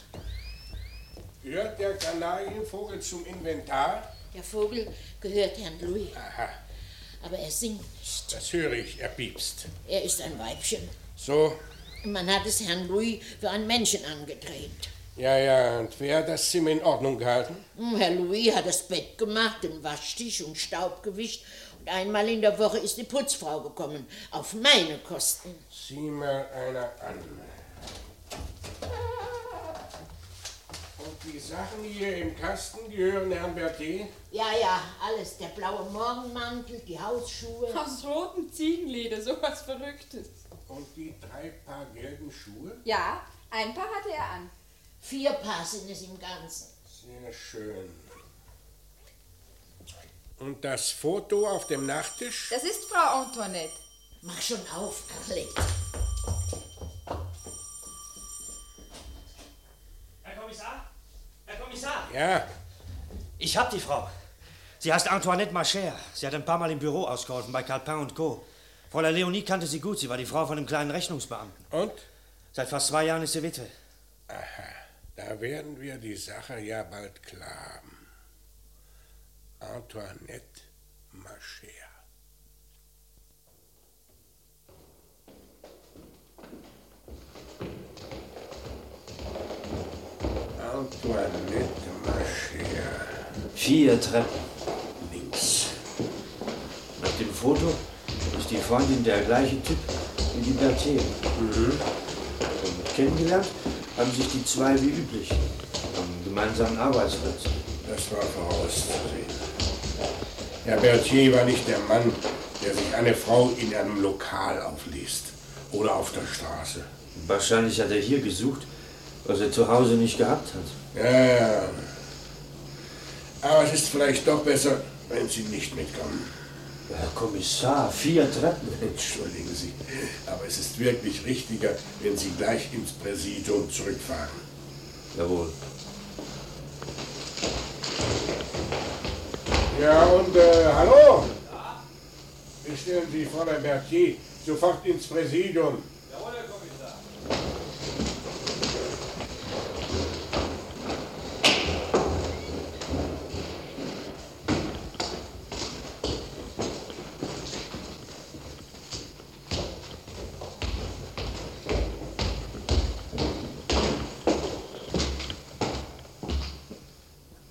[SPEAKER 12] Gehört der Kanarienvogel zum Inventar?
[SPEAKER 6] Der Vogel gehört Herrn Louis,
[SPEAKER 12] Aha,
[SPEAKER 6] aber er singt.
[SPEAKER 12] das höre ich, er piepst.
[SPEAKER 6] Er ist ein Weibchen.
[SPEAKER 12] So,
[SPEAKER 6] Man hat es Herrn Louis für einen Menschen angedreht.
[SPEAKER 12] ja, ja, und wer hat das Zimmer in Ordnung gehalten?
[SPEAKER 6] Hm, Herr Louis hat das Bett gemacht, den Waschtisch und Staub gewischt. Und einmal in der Woche ist die Putzfrau gekommen. Auf meine Kosten.
[SPEAKER 12] Sieh mal einer an. Und die Sachen hier im Kasten gehören Herrn Berthier?
[SPEAKER 6] Ja, ja, alles. Der blaue Morgenmantel, die Hausschuhe.
[SPEAKER 22] Aus rotem Ziegenleder, sowas Verrücktes.
[SPEAKER 12] Und die drei Paar gelben Schuhe?
[SPEAKER 22] Ja, ein paar hatte er an.
[SPEAKER 6] Vier Paar sind es im Ganzen.
[SPEAKER 12] Sehr schön. Und das Foto auf dem Nachttisch?
[SPEAKER 22] Das ist Frau Antoinette.
[SPEAKER 6] Mach schon auf, Arlette.
[SPEAKER 8] Herr Kommissar? Herr Kommissar?
[SPEAKER 12] Ja.
[SPEAKER 8] Ich hab die Frau. Sie heißt Antoinette Marcher. Sie hat ein paar Mal im Büro ausgeholfen bei Calpin und Co. Fräulein Leonie kannte sie gut. Sie war die Frau von dem kleinen Rechnungsbeamten.
[SPEAKER 12] Und?
[SPEAKER 8] Seit fast zwei Jahren ist sie Witwe.
[SPEAKER 12] Da werden wir die Sache ja bald klar haben. Antoinette Macher. Antoinette Macher.
[SPEAKER 8] Vier Treppen.
[SPEAKER 12] Links.
[SPEAKER 8] Nach dem Foto ist die Freundin der gleiche Typ wie die Berthier. Mhm. Und kennengelernt haben sich die zwei wie üblich am gemeinsamen Arbeitsplatz.
[SPEAKER 12] Das war vorauszusehen. Herr Berthier war nicht der Mann, der sich eine Frau in einem Lokal aufliest oder auf der Straße.
[SPEAKER 8] Wahrscheinlich hat er hier gesucht, was er zu Hause nicht gehabt hat.
[SPEAKER 12] Ja, ja. Aber es ist vielleicht doch besser, wenn Sie nicht mitkommen.
[SPEAKER 8] Herr Kommissar, vier Treppen.
[SPEAKER 12] [LAUGHS] Entschuldigen Sie, aber es ist wirklich richtiger, wenn Sie gleich ins Präsidium zurückfahren.
[SPEAKER 8] Jawohl.
[SPEAKER 12] Ja, und äh, hallo? Wir stellen Sie Fräulein Berthier sofort ins Präsidium.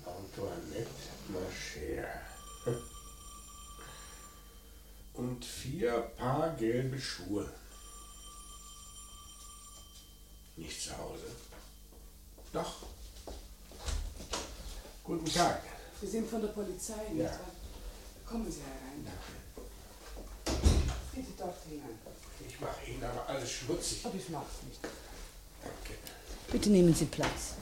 [SPEAKER 12] Antoinette Marcher. Hm. Und vier Paar gelbe Schuhe. Nicht zu Hause. Doch. Guten Tag.
[SPEAKER 1] Wir sind von der Polizei, nicht
[SPEAKER 12] Ja.
[SPEAKER 1] wahr? Kommen Sie herein. Bitte dort hinein.
[SPEAKER 12] Ich mache Ihnen aber alles schmutzig.
[SPEAKER 1] Aber ich mach's nicht. Bitte nehmen Sie Platz.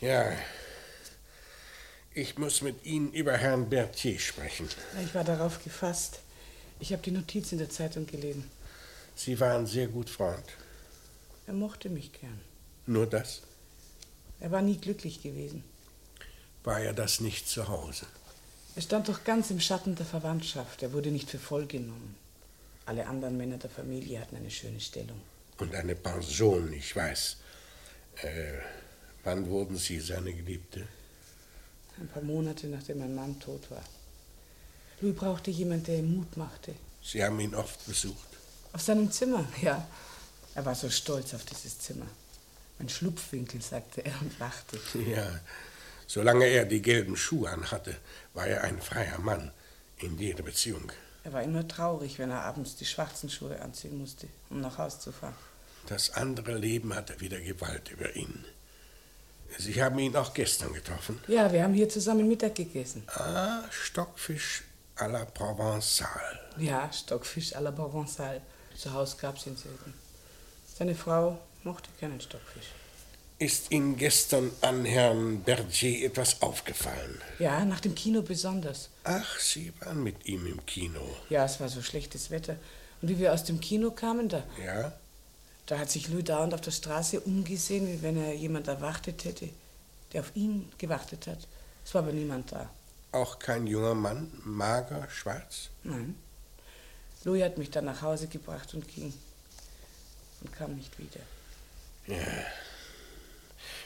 [SPEAKER 12] Ja. Ich muss mit Ihnen über Herrn Berthier sprechen.
[SPEAKER 1] Ich war darauf gefasst. Ich habe die Notiz in der Zeitung gelesen.
[SPEAKER 12] Sie waren sehr gut Freund.
[SPEAKER 1] Er mochte mich gern.
[SPEAKER 12] Nur das
[SPEAKER 1] Er war nie glücklich gewesen.
[SPEAKER 12] war ja das nicht zu Hause.
[SPEAKER 1] Er stand doch ganz im Schatten der Verwandtschaft. Er wurde nicht für voll genommen. Alle anderen Männer der Familie hatten eine schöne Stellung.
[SPEAKER 12] Und eine Pension, ich weiß. Äh, wann wurden Sie seine Geliebte?
[SPEAKER 1] Ein paar Monate nachdem mein Mann tot war. Louis brauchte jemanden, der ihm Mut machte.
[SPEAKER 12] Sie haben ihn oft besucht.
[SPEAKER 1] Auf seinem Zimmer, ja. Er war so stolz auf dieses Zimmer. Mein Schlupfwinkel, sagte er und lachte.
[SPEAKER 12] Ja, solange er die gelben Schuhe anhatte, war er ein freier Mann in jeder Beziehung.
[SPEAKER 1] Er war immer traurig, wenn er abends die schwarzen Schuhe anziehen musste, um nach Haus zu fahren.
[SPEAKER 12] Das andere Leben hatte wieder Gewalt über ihn. Sie haben ihn auch gestern getroffen.
[SPEAKER 1] Ja, wir haben hier zusammen Mittag gegessen.
[SPEAKER 12] Ah, Stockfisch à la Provençal.
[SPEAKER 1] Ja, Stockfisch à la Provençal. Zu Hause gab es ihn selten. Seine Frau mochte keinen Stockfisch.
[SPEAKER 12] Ist Ihnen gestern an Herrn Berger etwas aufgefallen?
[SPEAKER 1] Ja, nach dem Kino besonders.
[SPEAKER 12] Ach, Sie waren mit ihm im Kino.
[SPEAKER 1] Ja, es war so schlechtes Wetter. Und wie wir aus dem Kino kamen, da,
[SPEAKER 12] Ja?
[SPEAKER 1] da hat sich Louis dauernd auf der Straße umgesehen, wie wenn er jemand erwartet hätte, der auf ihn gewartet hat. Es war aber niemand da.
[SPEAKER 12] Auch kein junger Mann, mager, schwarz?
[SPEAKER 1] Nein. Louis hat mich dann nach Hause gebracht und ging. Und kam nicht wieder.
[SPEAKER 12] Ja.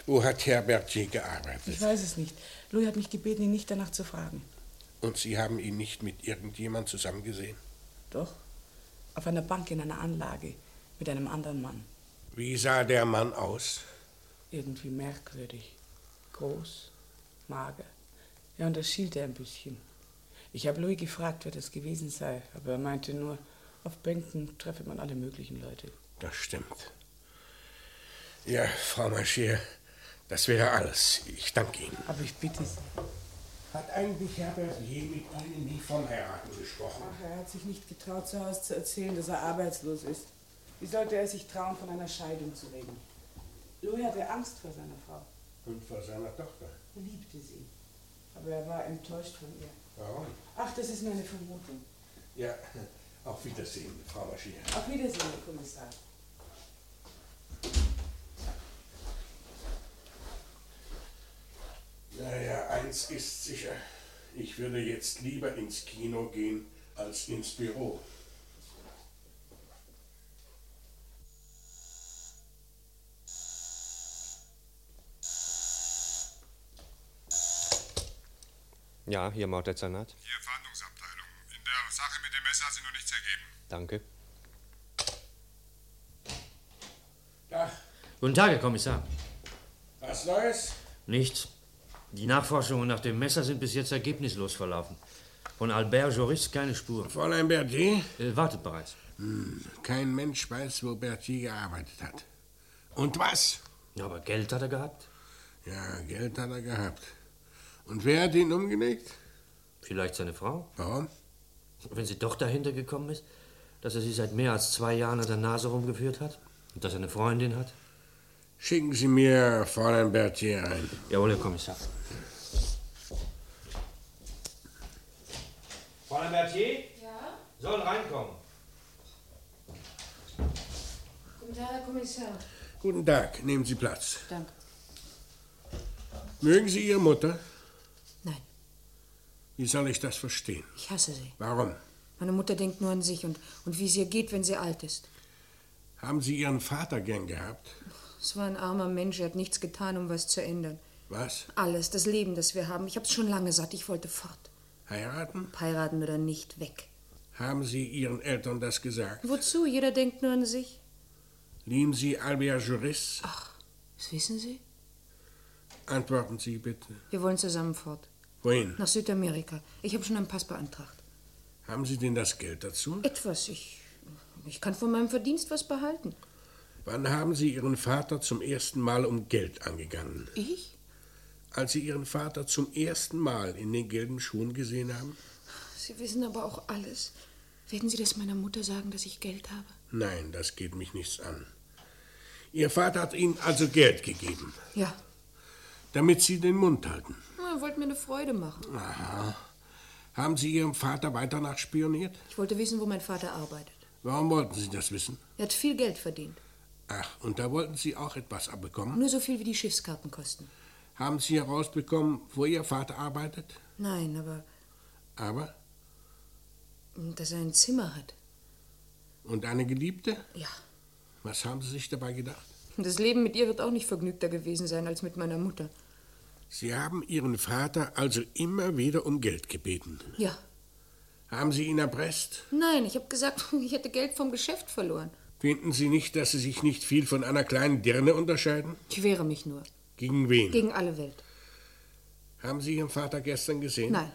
[SPEAKER 12] Wo hat Herr Berger gearbeitet?
[SPEAKER 1] Ich weiß es nicht. Louis hat mich gebeten, ihn nicht danach zu fragen.
[SPEAKER 12] Und Sie haben ihn nicht mit irgendjemand zusammen gesehen?
[SPEAKER 1] Doch. Auf einer Bank in einer Anlage mit einem anderen Mann.
[SPEAKER 12] Wie sah der Mann aus?
[SPEAKER 1] Irgendwie merkwürdig. Groß, mager. Ja, und das schielte ein bisschen. Ich habe Louis gefragt, wer das gewesen sei, aber er meinte nur, auf Bänken treffe man alle möglichen Leute.
[SPEAKER 12] Das stimmt. Ja, Frau Maschier, das wäre alles. Ich danke Ihnen.
[SPEAKER 1] Aber ich bitte Sie.
[SPEAKER 12] Hat eigentlich Herr Berger mit Ihnen nie vom Heiraten gesprochen?
[SPEAKER 1] Ach, er hat sich nicht getraut, zu Hause zu erzählen, dass er arbeitslos ist. Wie sollte er sich trauen, von einer Scheidung zu reden? Louis hatte Angst vor seiner Frau.
[SPEAKER 12] Und vor seiner Tochter.
[SPEAKER 1] Er liebte sie. Aber er war enttäuscht von ihr.
[SPEAKER 12] Warum?
[SPEAKER 1] Ach, das ist nur eine Vermutung.
[SPEAKER 12] Ja, auf Wiedersehen, Frau Maschier.
[SPEAKER 1] Auf Wiedersehen, Herr Kommissar.
[SPEAKER 12] Naja, eins ist sicher. Ich würde jetzt lieber ins Kino gehen als ins Büro.
[SPEAKER 3] Ja, hier Morddezernat.
[SPEAKER 5] Hier Fahndungsabteilung. In der Sache mit dem Messer hat sich noch nichts ergeben.
[SPEAKER 3] Danke.
[SPEAKER 23] Guten Tag, Herr Kommissar.
[SPEAKER 12] Was Neues?
[SPEAKER 23] Nichts. Die Nachforschungen nach dem Messer sind bis jetzt ergebnislos verlaufen. Von Albert Joris keine Spur.
[SPEAKER 12] Fräulein Berger?
[SPEAKER 23] Äh, wartet bereits.
[SPEAKER 12] Hm, kein Mensch weiß, wo Bertie gearbeitet hat. Und was?
[SPEAKER 23] Ja, aber Geld hat er gehabt.
[SPEAKER 12] Ja, Geld hat er gehabt. Und wer hat ihn umgelegt?
[SPEAKER 23] Vielleicht seine Frau?
[SPEAKER 12] Warum?
[SPEAKER 23] Wenn sie doch dahinter gekommen ist, dass er sie seit mehr als zwei Jahren an der Nase rumgeführt hat und dass er eine Freundin hat.
[SPEAKER 12] Schicken Sie mir Fräulein Berthier ein.
[SPEAKER 23] Jawohl, Herr Kommissar. Fräulein Berthier?
[SPEAKER 19] Ja?
[SPEAKER 23] Soll reinkommen.
[SPEAKER 19] Guten Tag, Herr Kommissar.
[SPEAKER 12] Guten Tag, nehmen Sie Platz.
[SPEAKER 19] Danke.
[SPEAKER 12] Mögen Sie Ihre Mutter?
[SPEAKER 19] Nein.
[SPEAKER 12] Wie soll ich das verstehen?
[SPEAKER 19] Ich hasse sie.
[SPEAKER 12] Warum?
[SPEAKER 19] Meine Mutter denkt nur an sich und, und wie es ihr geht, wenn sie alt ist.
[SPEAKER 12] Haben Sie Ihren Vater gern gehabt?
[SPEAKER 19] Es war ein armer Mensch, er hat nichts getan, um was zu ändern.
[SPEAKER 12] Was?
[SPEAKER 19] Alles, das Leben, das wir haben. Ich hab's schon lange satt, ich wollte fort.
[SPEAKER 12] Heiraten?
[SPEAKER 19] Ob heiraten oder nicht, weg.
[SPEAKER 12] Haben Sie Ihren Eltern das gesagt?
[SPEAKER 19] Wozu? Jeder denkt nur an sich.
[SPEAKER 12] Lieben Sie Albert Juris?
[SPEAKER 19] Das wissen Sie?
[SPEAKER 12] Antworten Sie bitte.
[SPEAKER 19] Wir wollen zusammen fort.
[SPEAKER 12] Wohin?
[SPEAKER 19] Nach Südamerika. Ich habe schon einen Pass beantragt.
[SPEAKER 12] Haben Sie denn das Geld dazu?
[SPEAKER 19] Etwas, ich. Ich kann von meinem Verdienst was behalten.
[SPEAKER 12] Wann haben Sie Ihren Vater zum ersten Mal um Geld angegangen?
[SPEAKER 21] Ich?
[SPEAKER 12] Als Sie Ihren Vater zum ersten Mal in den gelben Schuhen gesehen haben?
[SPEAKER 19] Sie wissen aber auch alles. Werden Sie das meiner Mutter sagen, dass ich Geld habe?
[SPEAKER 12] Nein, das geht mich nichts an. Ihr Vater hat Ihnen also Geld gegeben,
[SPEAKER 19] Ja.
[SPEAKER 12] damit Sie den Mund halten.
[SPEAKER 19] Er wollte mir eine Freude machen.
[SPEAKER 12] Aha. Haben Sie Ihrem Vater weiter nachspioniert?
[SPEAKER 19] Ich wollte wissen, wo mein Vater arbeitet.
[SPEAKER 12] Warum wollten Sie das wissen?
[SPEAKER 19] Er hat viel Geld verdient.
[SPEAKER 12] Ach, und da wollten Sie auch etwas abbekommen?
[SPEAKER 19] Nur so viel, wie die Schiffskarten kosten.
[SPEAKER 12] Haben Sie herausbekommen, wo Ihr Vater arbeitet?
[SPEAKER 19] Nein, aber
[SPEAKER 12] Aber?
[SPEAKER 19] dass er ein Zimmer hat.
[SPEAKER 12] Und eine Geliebte?
[SPEAKER 19] Ja.
[SPEAKER 12] Was haben Sie sich dabei gedacht?
[SPEAKER 19] Das Leben mit ihr wird auch nicht vergnügter gewesen sein als mit meiner Mutter.
[SPEAKER 12] Sie haben Ihren Vater also immer wieder um Geld gebeten.
[SPEAKER 19] Ja.
[SPEAKER 12] Haben Sie ihn erpresst?
[SPEAKER 19] Nein, ich habe gesagt, [LAUGHS] ich hätte Geld vom Geschäft verloren.
[SPEAKER 12] Finden Sie nicht, dass Sie sich nicht viel von einer kleinen Dirne unterscheiden?
[SPEAKER 19] Ich wehre mich nur.
[SPEAKER 12] Gegen wen?
[SPEAKER 19] Gegen alle Welt.
[SPEAKER 12] haben Sie Ihren Vater gestern gesehen?
[SPEAKER 19] Nein.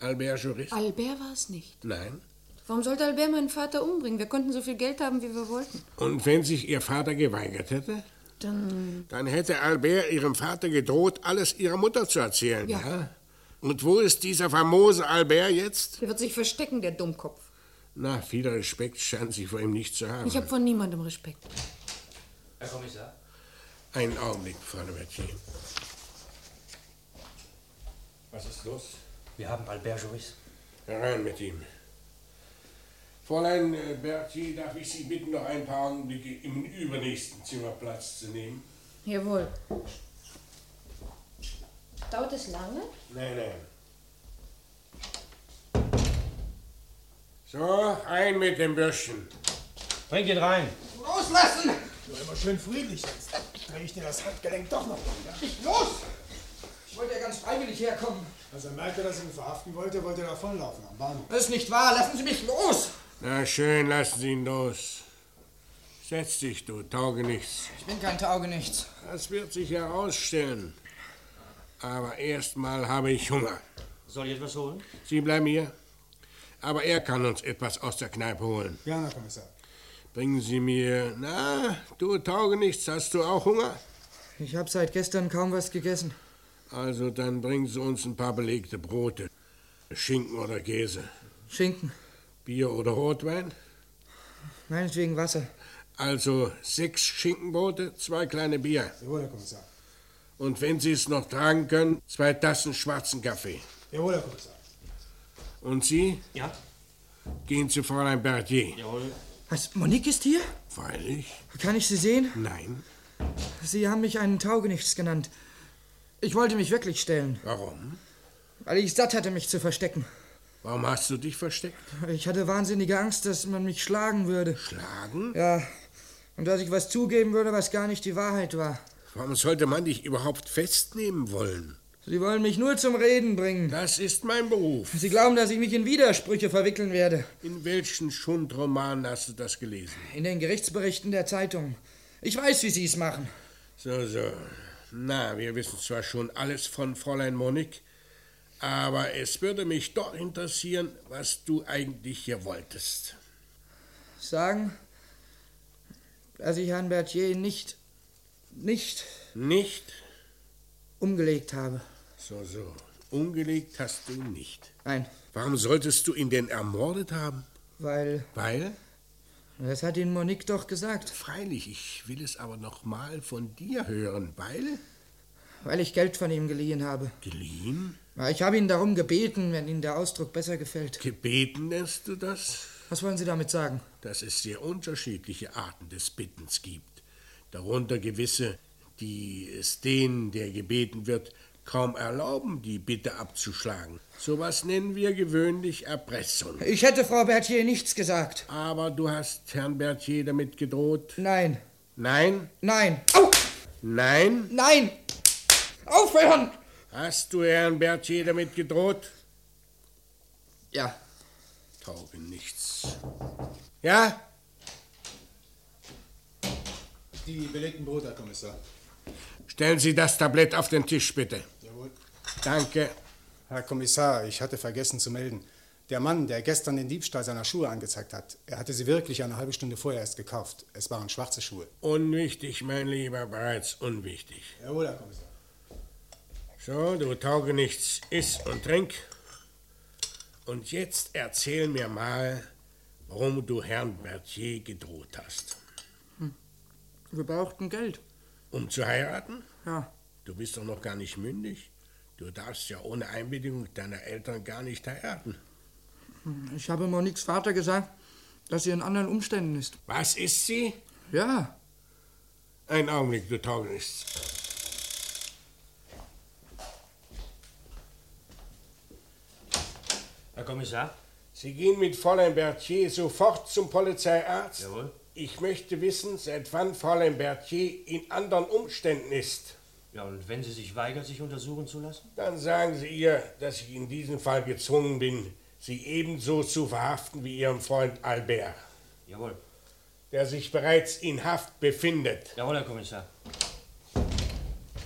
[SPEAKER 12] Albert Jurist?
[SPEAKER 19] Albert war es nicht.
[SPEAKER 12] Nein.
[SPEAKER 19] Warum sollte Albert meinen Vater umbringen? Wir konnten so viel Geld haben, wie wir wollten.
[SPEAKER 12] Und wenn sich Ihr Vater geweigert hätte?
[SPEAKER 19] Dann.
[SPEAKER 12] Dann hätte Albert Ihrem Vater gedroht, alles Ihrer Mutter zu erzählen.
[SPEAKER 19] Ja.
[SPEAKER 12] Und wo ist dieser famose Albert jetzt?
[SPEAKER 19] Der wird sich verstecken, der Dummkopf.
[SPEAKER 12] Na, viel Respekt scheint Sie vor ihm nicht zu haben.
[SPEAKER 19] Ich habe von niemandem Respekt.
[SPEAKER 23] Herr Kommissar?
[SPEAKER 12] Einen Augenblick, Frau Bertier.
[SPEAKER 23] Was ist los? Wir haben Albert Joris.
[SPEAKER 12] Herein mit ihm. Fräulein äh, Berthier, darf ich Sie bitten, noch ein paar Augenblicke im übernächsten Zimmer Platz zu nehmen?
[SPEAKER 19] Jawohl. Dauert es lange?
[SPEAKER 12] Nein, nein. So, ein mit dem Bürschchen. Bringt ihn rein.
[SPEAKER 4] Loslassen! Nur immer schön friedlich, sonst drehe ich dir das Handgelenk doch noch um. Ja? Los! Ich wollte ja ganz freiwillig herkommen. Als Also er merkte, dass ich ihn verhaften wollte, wollte er davonlaufen am Bahnhof. Das ist nicht wahr, lassen Sie mich los!
[SPEAKER 12] Na schön, lassen Sie ihn los. Setz dich, du Taugenichts.
[SPEAKER 4] Ich bin kein Taugenichts.
[SPEAKER 12] Das wird sich herausstellen. Aber erstmal habe ich Hunger.
[SPEAKER 23] Soll ich etwas holen?
[SPEAKER 12] Sie bleiben hier. Aber er kann uns etwas aus der Kneipe holen.
[SPEAKER 4] Ja, Herr Kommissar.
[SPEAKER 12] Bringen Sie mir. Na, du Taugenichts, hast du auch Hunger?
[SPEAKER 4] Ich habe seit gestern kaum was gegessen.
[SPEAKER 12] Also, dann bringen Sie uns ein paar belegte Brote. Schinken oder Käse.
[SPEAKER 4] Schinken.
[SPEAKER 12] Bier oder Rotwein?
[SPEAKER 4] Meinetwegen Wasser.
[SPEAKER 12] Also sechs Schinkenbrote, zwei kleine Bier.
[SPEAKER 4] Jawohl, Herr Kommissar.
[SPEAKER 12] Und wenn Sie es noch tragen können, zwei Tassen schwarzen Kaffee.
[SPEAKER 4] Jawohl, Herr Kommissar.
[SPEAKER 12] Und Sie?
[SPEAKER 23] Ja.
[SPEAKER 12] Gehen zu Fräulein Berthier.
[SPEAKER 23] Jawohl.
[SPEAKER 4] Was, Monique ist hier?
[SPEAKER 12] Freilich.
[SPEAKER 4] Kann ich Sie sehen?
[SPEAKER 12] Nein.
[SPEAKER 4] Sie haben mich einen Taugenichts genannt. Ich wollte mich wirklich stellen.
[SPEAKER 12] Warum?
[SPEAKER 4] Weil ich satt hatte, mich zu verstecken.
[SPEAKER 12] Warum hast du dich versteckt?
[SPEAKER 4] Ich hatte wahnsinnige Angst, dass man mich schlagen würde.
[SPEAKER 12] Schlagen?
[SPEAKER 4] Ja. Und dass ich was zugeben würde, was gar nicht die Wahrheit war.
[SPEAKER 12] Warum sollte man dich überhaupt festnehmen wollen?
[SPEAKER 4] Sie wollen mich nur zum Reden bringen.
[SPEAKER 12] Das ist mein Beruf.
[SPEAKER 4] Sie glauben, dass ich mich in Widersprüche verwickeln werde.
[SPEAKER 12] In welchen Schundroman hast du das gelesen?
[SPEAKER 4] In den Gerichtsberichten der Zeitung. Ich weiß, wie Sie es machen.
[SPEAKER 12] So, so. Na, wir wissen zwar schon alles von Fräulein Monique, aber es würde mich doch interessieren, was du eigentlich hier wolltest.
[SPEAKER 4] Sagen, dass ich Herrn Berthier nicht, nicht
[SPEAKER 12] Nicht?
[SPEAKER 4] umgelegt habe.
[SPEAKER 12] So, so. Umgelegt hast du ihn nicht.
[SPEAKER 4] Nein,
[SPEAKER 12] Warum solltest du ihn denn ermordet haben?
[SPEAKER 4] weil
[SPEAKER 12] Weil?
[SPEAKER 4] das hat Ihnen Monique doch gesagt.
[SPEAKER 12] Freilich, ich will es aber noch mal von dir hören. Weil?
[SPEAKER 4] Weil ich Geld von ihm geliehen habe.
[SPEAKER 12] Geliehen?
[SPEAKER 4] Ja, Ich habe ihn darum gebeten, wenn Ihnen der Ausdruck besser gefällt.
[SPEAKER 12] Gebeten nennst du das?
[SPEAKER 4] Was wollen Sie damit sagen?
[SPEAKER 12] dass es sehr unterschiedliche Arten des Bittens gibt, darunter gewisse, die es denen, der gebeten wird, kaum erlauben, die Bitte abzuschlagen. Sowas nennen wir gewöhnlich Erpressung.
[SPEAKER 4] Ich hätte Frau Berthier nichts gesagt.
[SPEAKER 12] Aber du hast Herrn Berthier damit gedroht?
[SPEAKER 4] Nein,
[SPEAKER 12] Nein?
[SPEAKER 4] nein. Au!
[SPEAKER 12] Nein?
[SPEAKER 4] Nein! Aufhören!
[SPEAKER 12] Hast du Herrn Berthier damit gedroht?
[SPEAKER 4] Ja.
[SPEAKER 12] Tauge nichts. Ja?
[SPEAKER 9] Die belegten Brote, Herr Kommissar.
[SPEAKER 12] Stellen Sie das Tablett auf den Tisch, bitte.
[SPEAKER 9] Jawohl.
[SPEAKER 12] Danke.
[SPEAKER 9] Herr Kommissar, ich hatte vergessen zu melden.
[SPEAKER 26] Der Mann, der gestern den Diebstahl seiner Schuhe angezeigt hat, er hatte sie wirklich eine halbe Stunde vorher erst gekauft. Es waren schwarze Schuhe.
[SPEAKER 12] Unwichtig, mein Lieber, bereits unwichtig.
[SPEAKER 26] Jawohl, Herr Kommissar.
[SPEAKER 12] So, du tauge nichts, iss und trink. Und jetzt erzähl mir mal, warum du Herrn Berthier gedroht hast.
[SPEAKER 4] Wir brauchten Geld.
[SPEAKER 12] Um zu heiraten?
[SPEAKER 4] Ja.
[SPEAKER 12] Du bist doch noch gar nicht mündig. Du darfst ja ohne Einwilligung deiner Eltern gar nicht heiraten.
[SPEAKER 4] Ich habe Moniques Vater gesagt, dass sie in anderen Umständen ist.
[SPEAKER 12] Was ist sie?
[SPEAKER 4] Ja.
[SPEAKER 12] Ein Augenblick, du tauge nichts.
[SPEAKER 8] Herr Kommissar?
[SPEAKER 12] Sie gehen mit Fräulein Berthier sofort zum Polizeiarzt.
[SPEAKER 8] Jawohl.
[SPEAKER 12] Ich möchte wissen, seit wann Fräulein Berthier in anderen Umständen ist.
[SPEAKER 8] Ja, und wenn sie sich weigert, sich untersuchen zu lassen?
[SPEAKER 12] Dann sagen Sie ihr, dass ich in diesem Fall gezwungen bin, sie ebenso zu verhaften wie ihren Freund Albert,
[SPEAKER 8] Jawohl.
[SPEAKER 12] der sich bereits in Haft befindet.
[SPEAKER 8] Jawohl, Herr Kommissar.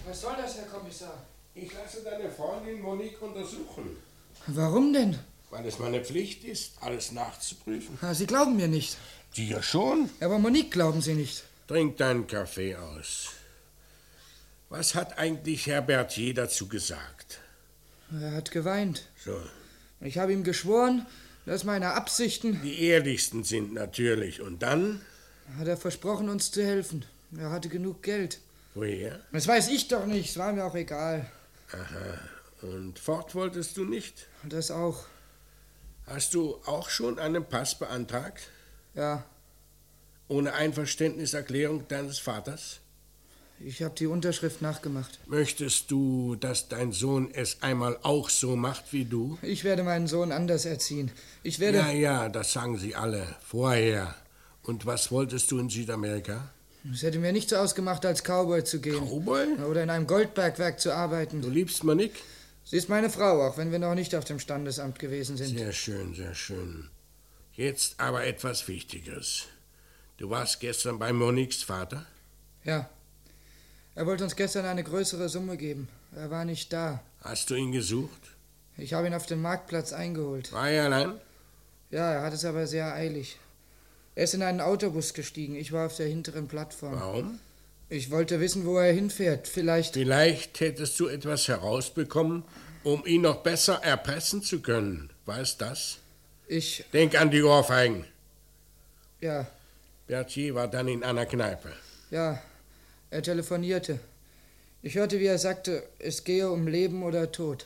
[SPEAKER 16] Was soll das, Herr Kommissar?
[SPEAKER 12] Ich lasse deine Freundin Monique untersuchen.
[SPEAKER 4] Warum denn?
[SPEAKER 12] Weil es meine Pflicht ist, alles nachzuprüfen.
[SPEAKER 4] Ah, Sie glauben mir nicht.
[SPEAKER 12] Dir schon?
[SPEAKER 4] Aber Monique glauben Sie nicht.
[SPEAKER 12] Trink deinen Kaffee aus. Was hat eigentlich Herr Berthier dazu gesagt?
[SPEAKER 4] Er hat geweint.
[SPEAKER 12] So,
[SPEAKER 4] Ich habe ihm geschworen, dass meine Absichten.
[SPEAKER 12] die ehrlichsten sind natürlich. Und dann?
[SPEAKER 4] Hat er versprochen, uns zu helfen. Er hatte genug Geld.
[SPEAKER 12] Woher?
[SPEAKER 4] Das weiß ich doch nicht, es war mir auch egal.
[SPEAKER 12] Aha. Und fort wolltest du nicht?
[SPEAKER 4] Das auch,
[SPEAKER 12] Hast du auch schon einen Pass beantragt?
[SPEAKER 4] ja.
[SPEAKER 12] Ohne Einverständniserklärung deines Vaters?
[SPEAKER 4] Ich habe die Unterschrift nachgemacht.
[SPEAKER 12] Möchtest du, dass dein Sohn es einmal auch so macht wie du?
[SPEAKER 4] Ich werde meinen Sohn anders erziehen. Ich werde.
[SPEAKER 12] Ja, ja, das sagen sie alle. Vorher. Und was wolltest du in Südamerika?
[SPEAKER 4] Es hätte mir nichts ausgemacht, als Cowboy zu gehen.
[SPEAKER 12] Cowboy?
[SPEAKER 4] Oder in einem Goldbergwerk zu arbeiten.
[SPEAKER 12] Du liebst Monique?
[SPEAKER 4] Sie ist meine Frau, auch wenn wir noch nicht auf dem Standesamt gewesen sind.
[SPEAKER 12] Sehr schön, sehr schön. Jetzt aber etwas Wichtiges. Du warst gestern bei Moniques Vater?
[SPEAKER 4] Ja. Er wollte uns gestern eine größere Summe geben. Er war nicht da.
[SPEAKER 12] Hast du ihn gesucht?
[SPEAKER 4] Ich habe ihn auf dem Marktplatz eingeholt.
[SPEAKER 12] War er allein?
[SPEAKER 4] Ja, er hat es aber sehr eilig. Er ist in einen Autobus gestiegen. Ich war auf der hinteren Plattform.
[SPEAKER 12] Warum?
[SPEAKER 4] Ich wollte wissen, wo er hinfährt. Vielleicht.
[SPEAKER 12] Vielleicht hättest du etwas herausbekommen, um ihn noch besser erpressen zu können. Weißt das?
[SPEAKER 4] Ich.
[SPEAKER 12] Denk an die Ohrfeigen.
[SPEAKER 4] Ja,
[SPEAKER 12] Berthier war dann in einer Kneipe.
[SPEAKER 4] ja. Er telefonierte. Ich hörte, wie er sagte, es gehe um Leben oder Tod.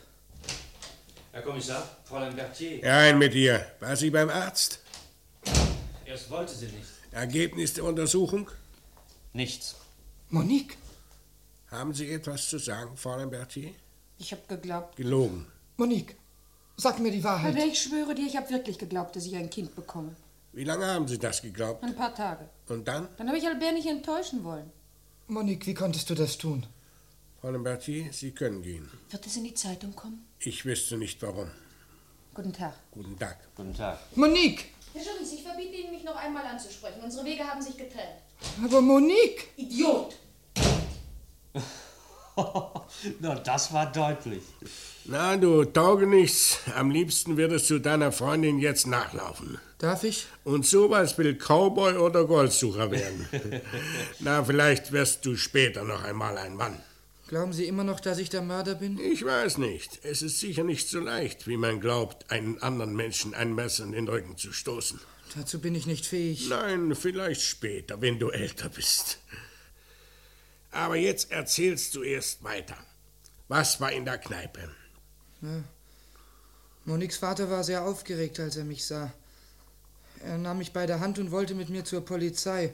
[SPEAKER 8] Herr Kommissar, Fräulein Berthier.
[SPEAKER 12] Rein mit dir. War sie beim Arzt?
[SPEAKER 8] Erst wollte sie nicht.
[SPEAKER 12] Ergebnis der Untersuchung?
[SPEAKER 8] Nichts.
[SPEAKER 4] Monique?
[SPEAKER 12] Haben Sie etwas zu sagen, Fräulein Berthier?
[SPEAKER 19] Ich habe geglaubt.
[SPEAKER 12] Gelogen.
[SPEAKER 4] Monique, sag mir die
[SPEAKER 12] Ah,
[SPEAKER 4] Wahrheit.
[SPEAKER 19] Aber ich schwöre dir, ich habe wirklich geglaubt, dass ich ein Kind bekomme.
[SPEAKER 12] Wie lange haben Sie das geglaubt?
[SPEAKER 19] Ein paar Tage.
[SPEAKER 12] Und dann?
[SPEAKER 19] Dann habe ich Albert nicht enttäuschen wollen.
[SPEAKER 4] Monique, wie konntest du das tun?
[SPEAKER 12] Fräulein Berthier, Sie können gehen.
[SPEAKER 19] Wird es in die Zeitung kommen?
[SPEAKER 12] Ich wüsste nicht warum.
[SPEAKER 19] Guten Tag.
[SPEAKER 12] Guten Tag.
[SPEAKER 8] Guten Tag.
[SPEAKER 4] Monique!
[SPEAKER 19] Herr Joris, ich verbiete Ihnen, mich noch einmal anzusprechen. Unsere Wege haben sich getrennt.
[SPEAKER 4] Aber Monique!
[SPEAKER 19] Idiot!
[SPEAKER 8] Na, das war deutlich.
[SPEAKER 12] Na, du Taugenichts, am liebsten würdest du deiner Freundin jetzt nachlaufen.
[SPEAKER 4] Darf ich?
[SPEAKER 12] Und sowas will Cowboy oder Goldsucher werden. Na, vielleicht wirst du später noch einmal ein Mann.
[SPEAKER 4] Glauben Sie immer noch, dass ich der Mörder bin?
[SPEAKER 12] Ich weiß nicht. Es ist sicher nicht so leicht, wie man glaubt, einen anderen Menschen ein Messer in den Rücken zu stoßen.
[SPEAKER 4] Dazu bin ich nicht fähig.
[SPEAKER 12] Nein, vielleicht später, wenn du älter bist. Aber jetzt erzählst du erst weiter. Was war in der Kneipe?
[SPEAKER 4] Ja. Moniques Vater war sehr aufgeregt, als er mich sah. Er nahm mich bei der Hand und wollte mit mir zur Polizei.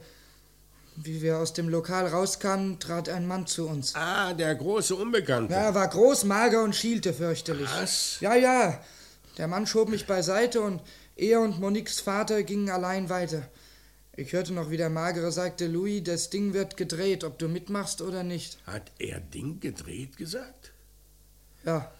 [SPEAKER 4] Wie wir aus dem Lokal rauskamen, trat ein Mann zu uns.
[SPEAKER 12] Ah, der große Unbekannte.
[SPEAKER 4] Ja, er war groß, mager und schielte fürchterlich.
[SPEAKER 12] Was?
[SPEAKER 4] Ja, ja. Der Mann schob mich beiseite und er und Moniques Vater gingen allein weiter. Ich hörte noch, wie der Magere sagte, Louis, das Ding wird gedreht, ob du mitmachst oder nicht.
[SPEAKER 12] Hat er Ding gedreht gesagt?
[SPEAKER 4] Ja,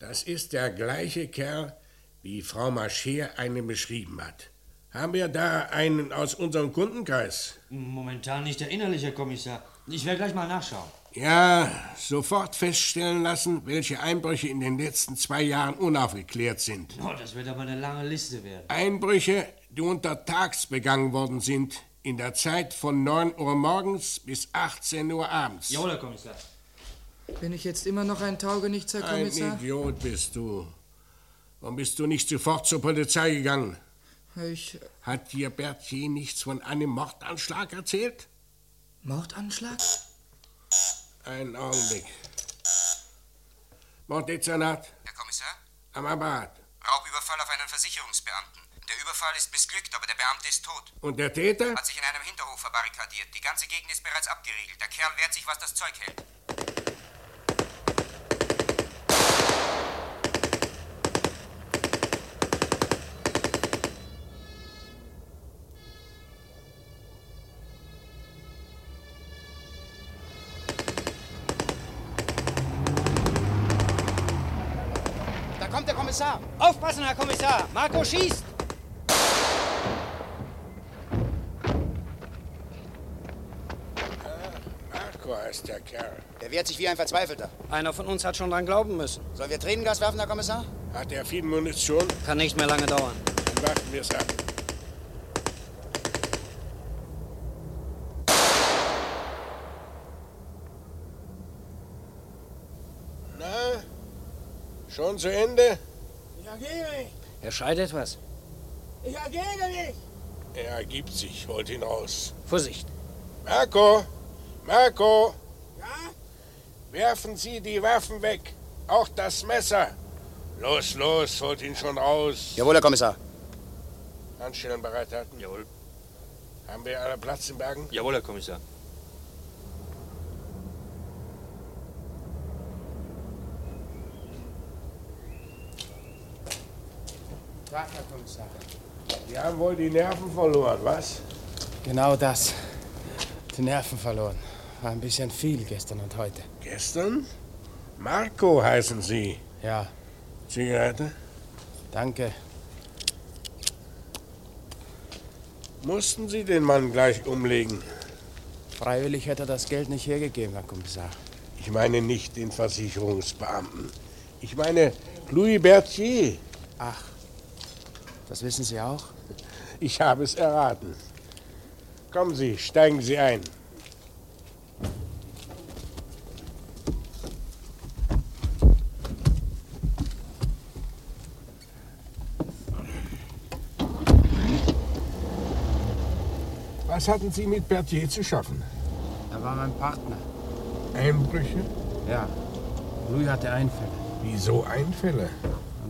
[SPEAKER 12] Das ist der gleiche Kerl, wie Frau Mascher einen beschrieben hat. Haben wir da einen aus unserem Kundenkreis?
[SPEAKER 8] Momentan nicht erinnerlich, Herr Kommissar.
[SPEAKER 13] Ich werde gleich mal nachschauen.
[SPEAKER 12] Ja, sofort feststellen lassen, welche Einbrüche in den letzten zwei Jahren unaufgeklärt sind.
[SPEAKER 13] Oh, das wird aber eine lange Liste werden.
[SPEAKER 12] Einbrüche, die untertags begangen worden sind, in der Zeit von 9 Uhr morgens bis 18 Uhr abends.
[SPEAKER 13] Jawohl, Herr Kommissar.
[SPEAKER 21] Bin ich jetzt immer noch ein Taugenichts, Herr
[SPEAKER 12] Ein
[SPEAKER 21] Kommissar?
[SPEAKER 12] Idiot bist du. Warum bist du nicht sofort zur Polizei gegangen?
[SPEAKER 21] Ich.
[SPEAKER 12] Hat dir Berthier nichts von einem Mordanschlag erzählt?
[SPEAKER 21] Mordanschlag?
[SPEAKER 12] Einen Augenblick. Morddezernat
[SPEAKER 5] Herr Kommissar,
[SPEAKER 12] am Apparat.
[SPEAKER 5] Raubüberfall auf einen Versicherungsbeamten. Der Überfall ist missglückt, aber der Beamte ist tot.
[SPEAKER 12] Und der Täter?
[SPEAKER 5] Hat sich in einem Hinterhof verbarrikadiert. Die ganze Gegend ist bereits abgeriegelt. Der Kerl wehrt sich, was das Zeug hält.
[SPEAKER 16] Da kommt der Kommissar. Aufpassen, Herr Kommissar. Marco schießt.
[SPEAKER 12] Äh, Marco heißt der Kerl.
[SPEAKER 16] Er wehrt sich wie ein Verzweifelter. Einer von uns hat schon dran glauben müssen. Sollen wir Tränengas werfen, Herr Kommissar?
[SPEAKER 12] Hat er viel Munition?
[SPEAKER 16] Kann nicht mehr lange dauern.
[SPEAKER 12] Dann warten wir es ab. Na, schon zu Ende?
[SPEAKER 17] Ich ergebe mich.
[SPEAKER 16] Er schreit etwas.
[SPEAKER 17] Ich ergebe mich.
[SPEAKER 12] Er ergibt sich, holt ihn raus.
[SPEAKER 16] Vorsicht.
[SPEAKER 12] Marco! Marco! Werfen Sie die Waffen weg, auch das Messer. Los, los, holt ihn schon raus.
[SPEAKER 16] Jawohl, Herr Kommissar.
[SPEAKER 12] Handschellen bereithalten. Jawohl. Haben wir alle Platz im Wagen?
[SPEAKER 23] Jawohl, Herr Kommissar.
[SPEAKER 16] Tag, Herr Kommissar.
[SPEAKER 12] Die haben wohl die Nerven verloren, was?
[SPEAKER 18] Genau das. Die Nerven verloren. War ein bisschen viel gestern und heute.
[SPEAKER 12] Gestern? Marco heißen Sie.
[SPEAKER 18] Ja.
[SPEAKER 12] Zigarette?
[SPEAKER 18] Danke.
[SPEAKER 12] Mussten Sie den Mann gleich umlegen?
[SPEAKER 18] Freiwillig hätte er das Geld nicht hergegeben, Herr Kommissar.
[SPEAKER 12] Ich meine nicht den Versicherungsbeamten. Ich meine Louis Berthier.
[SPEAKER 18] Ach, das wissen Sie auch?
[SPEAKER 12] Ich habe es erraten. Kommen Sie, steigen Sie ein. Was hatten Sie mit Berthier zu schaffen?
[SPEAKER 18] Er war mein Partner.
[SPEAKER 12] Einbrüche?
[SPEAKER 18] Ja. Louis hatte Einfälle.
[SPEAKER 12] Wieso Einfälle?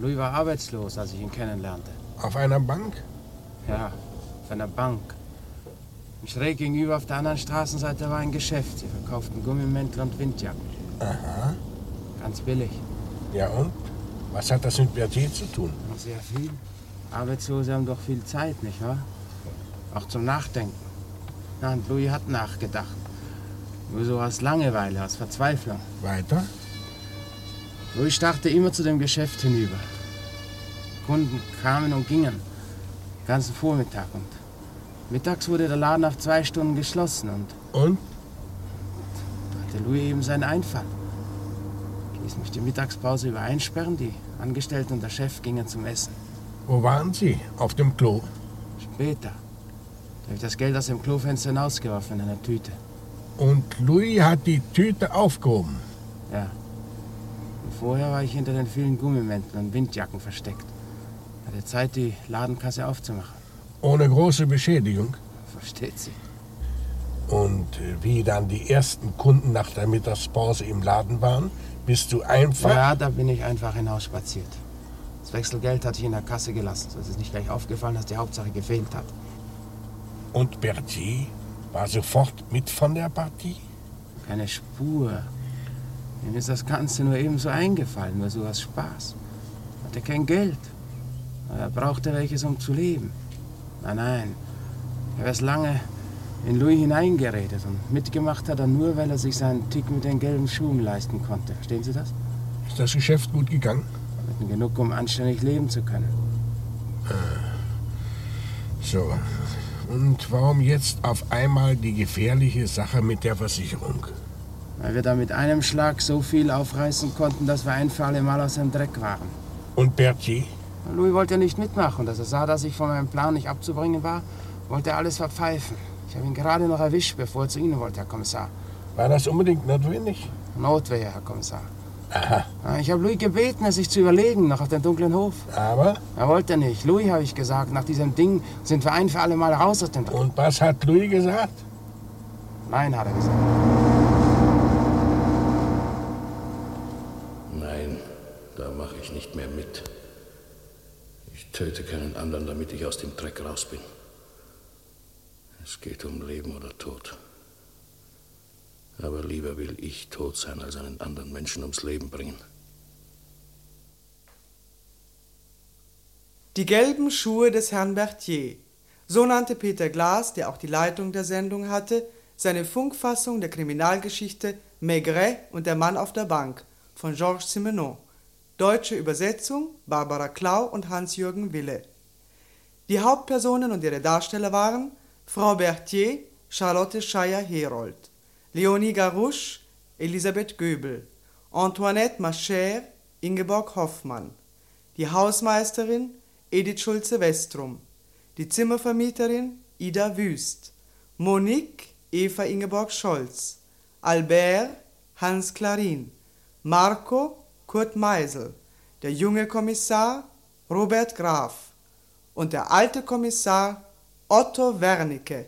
[SPEAKER 18] Louis war arbeitslos, als ich ihn kennenlernte.
[SPEAKER 12] Auf einer Bank?
[SPEAKER 18] Ja, auf einer Bank. Und Schräg gegenüber auf der anderen Straßenseite war ein Geschäft. Sie verkauften Gummimäntel und Windjacken.
[SPEAKER 12] Aha.
[SPEAKER 18] Ganz billig.
[SPEAKER 12] Ja und? Was hat das mit Berthier zu tun?
[SPEAKER 18] Sehr viel. Arbeitslose haben doch viel Zeit, nicht wahr? Auch zum Nachdenken. Na, und Louis hat nachgedacht. Nur so aus Langeweile, aus Verzweiflung.
[SPEAKER 12] Weiter?
[SPEAKER 18] Louis starrte immer zu dem Geschäft hinüber. Kunden kamen und gingen. Den ganzen Vormittag. Und mittags wurde der Laden auf zwei Stunden geschlossen. Und
[SPEAKER 12] Und?
[SPEAKER 18] da hatte Louis eben seinen Einfall. Ließ mich die Mittagspause über einsperren. Die Angestellten und der Chef gingen zum Essen.
[SPEAKER 12] Wo waren Sie? Auf dem Klo?
[SPEAKER 18] Später. Da habe ich das Geld aus dem Klofenster hinausgeworfen in einer Tüte.
[SPEAKER 12] Und Louis hat die Tüte aufgehoben.
[SPEAKER 18] Ja. Und vorher war ich hinter den vielen Gummimänteln und Windjacken versteckt. Hatte Zeit, die Ladenkasse aufzumachen.
[SPEAKER 12] Ohne große Beschädigung.
[SPEAKER 18] Versteht sie.
[SPEAKER 12] Und äh, wie dann die ersten Kunden nach der Mittagspause im Laden waren, bist du einfach.
[SPEAKER 18] Ja, da bin ich einfach hinausspaziert. Das Wechselgeld hatte ich in der Kasse gelassen, sodass es nicht gleich aufgefallen ist, dass die Hauptsache gefehlt hat.
[SPEAKER 12] Und Berthier war sofort mit von der Partie?
[SPEAKER 18] Keine Spur. Mir ist das Ganze nur ebenso eingefallen, nur so aus Spaß. Hatte kein Geld. Aber er brauchte welches, um zu leben. Nein, nein. Er wäre lange in Louis hineingeredet und mitgemacht hat er nur, weil er sich seinen Tick mit den gelben Schuhen leisten konnte. Verstehen Sie das?
[SPEAKER 12] Ist das Geschäft gut gegangen?
[SPEAKER 18] Wir hatten genug, um anständig leben zu können.
[SPEAKER 12] Äh, So, Und warum jetzt auf einmal die gefährliche Sache mit der Versicherung?
[SPEAKER 18] Weil wir da mit einem Schlag so viel aufreißen konnten, dass wir ein für alle Mal aus dem Dreck waren.
[SPEAKER 12] Und Berti?
[SPEAKER 18] Louis wollte nicht mitmachen. Dass er sah, dass ich von meinem Plan nicht abzubringen war, wollte er alles verpfeifen. Ich habe ihn gerade noch erwischt, bevor er zu Ihnen wollte, Herr Kommissar.
[SPEAKER 12] War das unbedingt notwendig?
[SPEAKER 18] Notwehr, Herr Kommissar. Aha. Ich habe Louis gebeten, es sich zu überlegen, noch auf dem dunklen Hof.
[SPEAKER 12] Aber?
[SPEAKER 18] Er wollte nicht. Louis, habe ich gesagt, nach diesem Ding sind wir ein für alle Mal raus aus dem Dreck.
[SPEAKER 12] Und was hat Louis gesagt?
[SPEAKER 18] Nein, hat er gesagt.
[SPEAKER 34] Nein, da mache ich nicht mehr mit. Ich töte keinen anderen, damit ich aus dem Dreck raus bin. Es geht um Leben oder Tod. Aber lieber will ich tot sein, als einen anderen Menschen ums Leben bringen.
[SPEAKER 7] Die gelben Schuhe des Herrn Berthier. So nannte Peter Glas, der auch die Leitung der Sendung hatte, seine Funkfassung der Kriminalgeschichte Maigret und der Mann auf der Bank von Georges Simenon. Deutsche Übersetzung Barbara Klau und Hans-Jürgen Wille. Die Hauptpersonen und ihre Darsteller waren Frau Berthier, Charlotte Scheier-Herold, Leonie Garouche, Elisabeth Göbel, Antoinette Mascher, Ingeborg Hoffmann, die Hausmeisterin Edith Schulze-Westrum, die Zimmervermieterin Ida Wüst, Monique Eva Ingeborg Scholz, Albert Hans Klarin, Marco Kurt Meisel, der junge Kommissar Robert Graf und der alte Kommissar Otto Wernicke.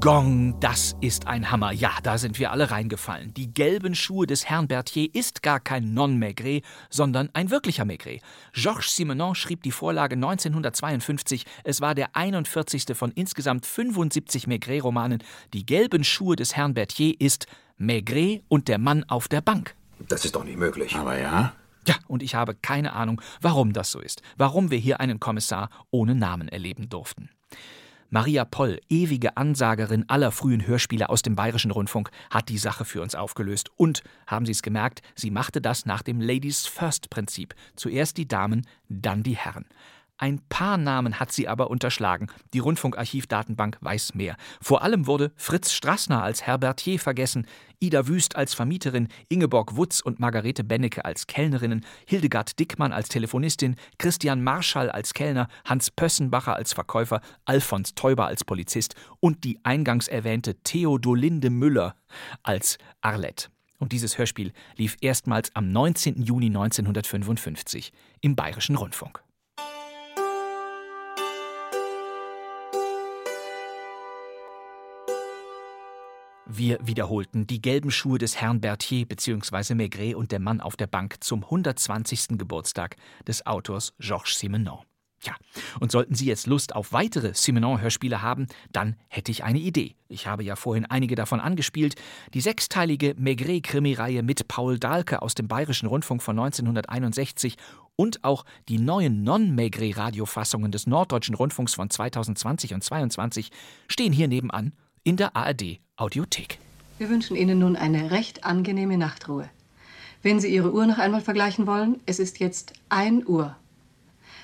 [SPEAKER 11] Gong, das ist ein Hammer. Ja, da sind wir alle reingefallen. Die gelben Schuhe des Herrn Berthier ist gar kein Non-Maigret, sondern ein wirklicher Maigret. Georges Simenon schrieb die Vorlage 1952. Es war der 41. von insgesamt 75 Maigret-Romanen. Die gelben Schuhe des Herrn Berthier ist Maigret und der Mann auf der Bank.
[SPEAKER 16] Das ist doch nicht möglich.
[SPEAKER 12] Aber ja.
[SPEAKER 11] Ja, und ich habe keine Ahnung, warum das so ist, warum wir hier einen Kommissar ohne Namen erleben durften. Maria Poll, ewige Ansagerin aller frühen Hörspiele aus dem Bayerischen Rundfunk, hat die Sache für uns aufgelöst. Und, haben Sie es gemerkt, sie machte das nach dem Ladies First Prinzip. Zuerst die Damen, dann die Herren. Ein paar Namen hat sie aber unterschlagen. Die Rundfunkarchivdatenbank weiß mehr. Vor allem wurde Fritz Strassner als Herbertier vergessen, Ida Wüst als Vermieterin, Ingeborg Wutz und Margarete Bennecke als Kellnerinnen, Hildegard Dickmann als Telefonistin, Christian Marschall als Kellner, Hans Pössenbacher als Verkäufer, Alfons Teuber als Polizist und die eingangs erwähnte Theodolinde Müller als Arlette. Und dieses Hörspiel lief erstmals am 19. Juni 1955 im Bayerischen Rundfunk. Wir wiederholten die gelben Schuhe des Herrn Berthier bzw. Maigret und der Mann auf der Bank zum 120. Geburtstag des Autors Georges Simenon. Ja, und sollten Sie jetzt Lust auf weitere Simenon-Hörspiele haben, dann hätte ich eine Idee. Ich habe ja vorhin einige davon angespielt. Die sechsteilige Maigret-Krimireihe mit Paul Dahlke aus dem Bayerischen Rundfunk von 1961 und auch die neuen Non-Maigret-Radiofassungen des Norddeutschen Rundfunks von 2020 und 2022 stehen hier nebenan in der ARD Audiothek.
[SPEAKER 35] Wir wünschen Ihnen nun eine recht angenehme Nachtruhe. Wenn Sie Ihre Uhr noch einmal vergleichen wollen, es ist jetzt 1 Uhr.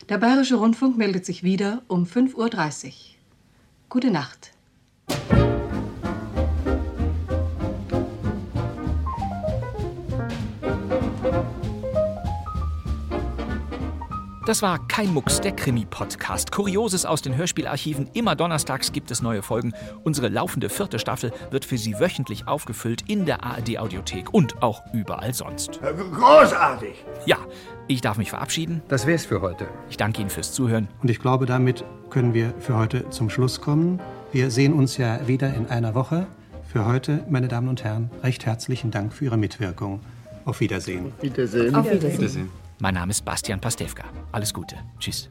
[SPEAKER 35] Der Bayerische Rundfunk meldet sich wieder um 5.30 Uhr. Gute Nacht.
[SPEAKER 11] Das war kein Mucks, der Krimi-Podcast. Kurioses aus den Hörspielarchiven. Immer donnerstags gibt es neue Folgen. Unsere laufende vierte Staffel wird für Sie wöchentlich aufgefüllt in der ARD-Audiothek und auch überall sonst.
[SPEAKER 1] Großartig!
[SPEAKER 11] Ja, ich darf mich verabschieden.
[SPEAKER 26] Das wär's für heute.
[SPEAKER 11] Ich danke Ihnen fürs Zuhören.
[SPEAKER 26] Und ich glaube, damit können wir für heute zum Schluss kommen. Wir sehen uns ja wieder in einer Woche. Für heute, meine Damen und Herren, recht herzlichen Dank für Ihre Mitwirkung. Auf Wiedersehen.
[SPEAKER 1] Wiedersehen.
[SPEAKER 11] Mein Name ist Bastian Pastewka. Alles Gute. Tschüss.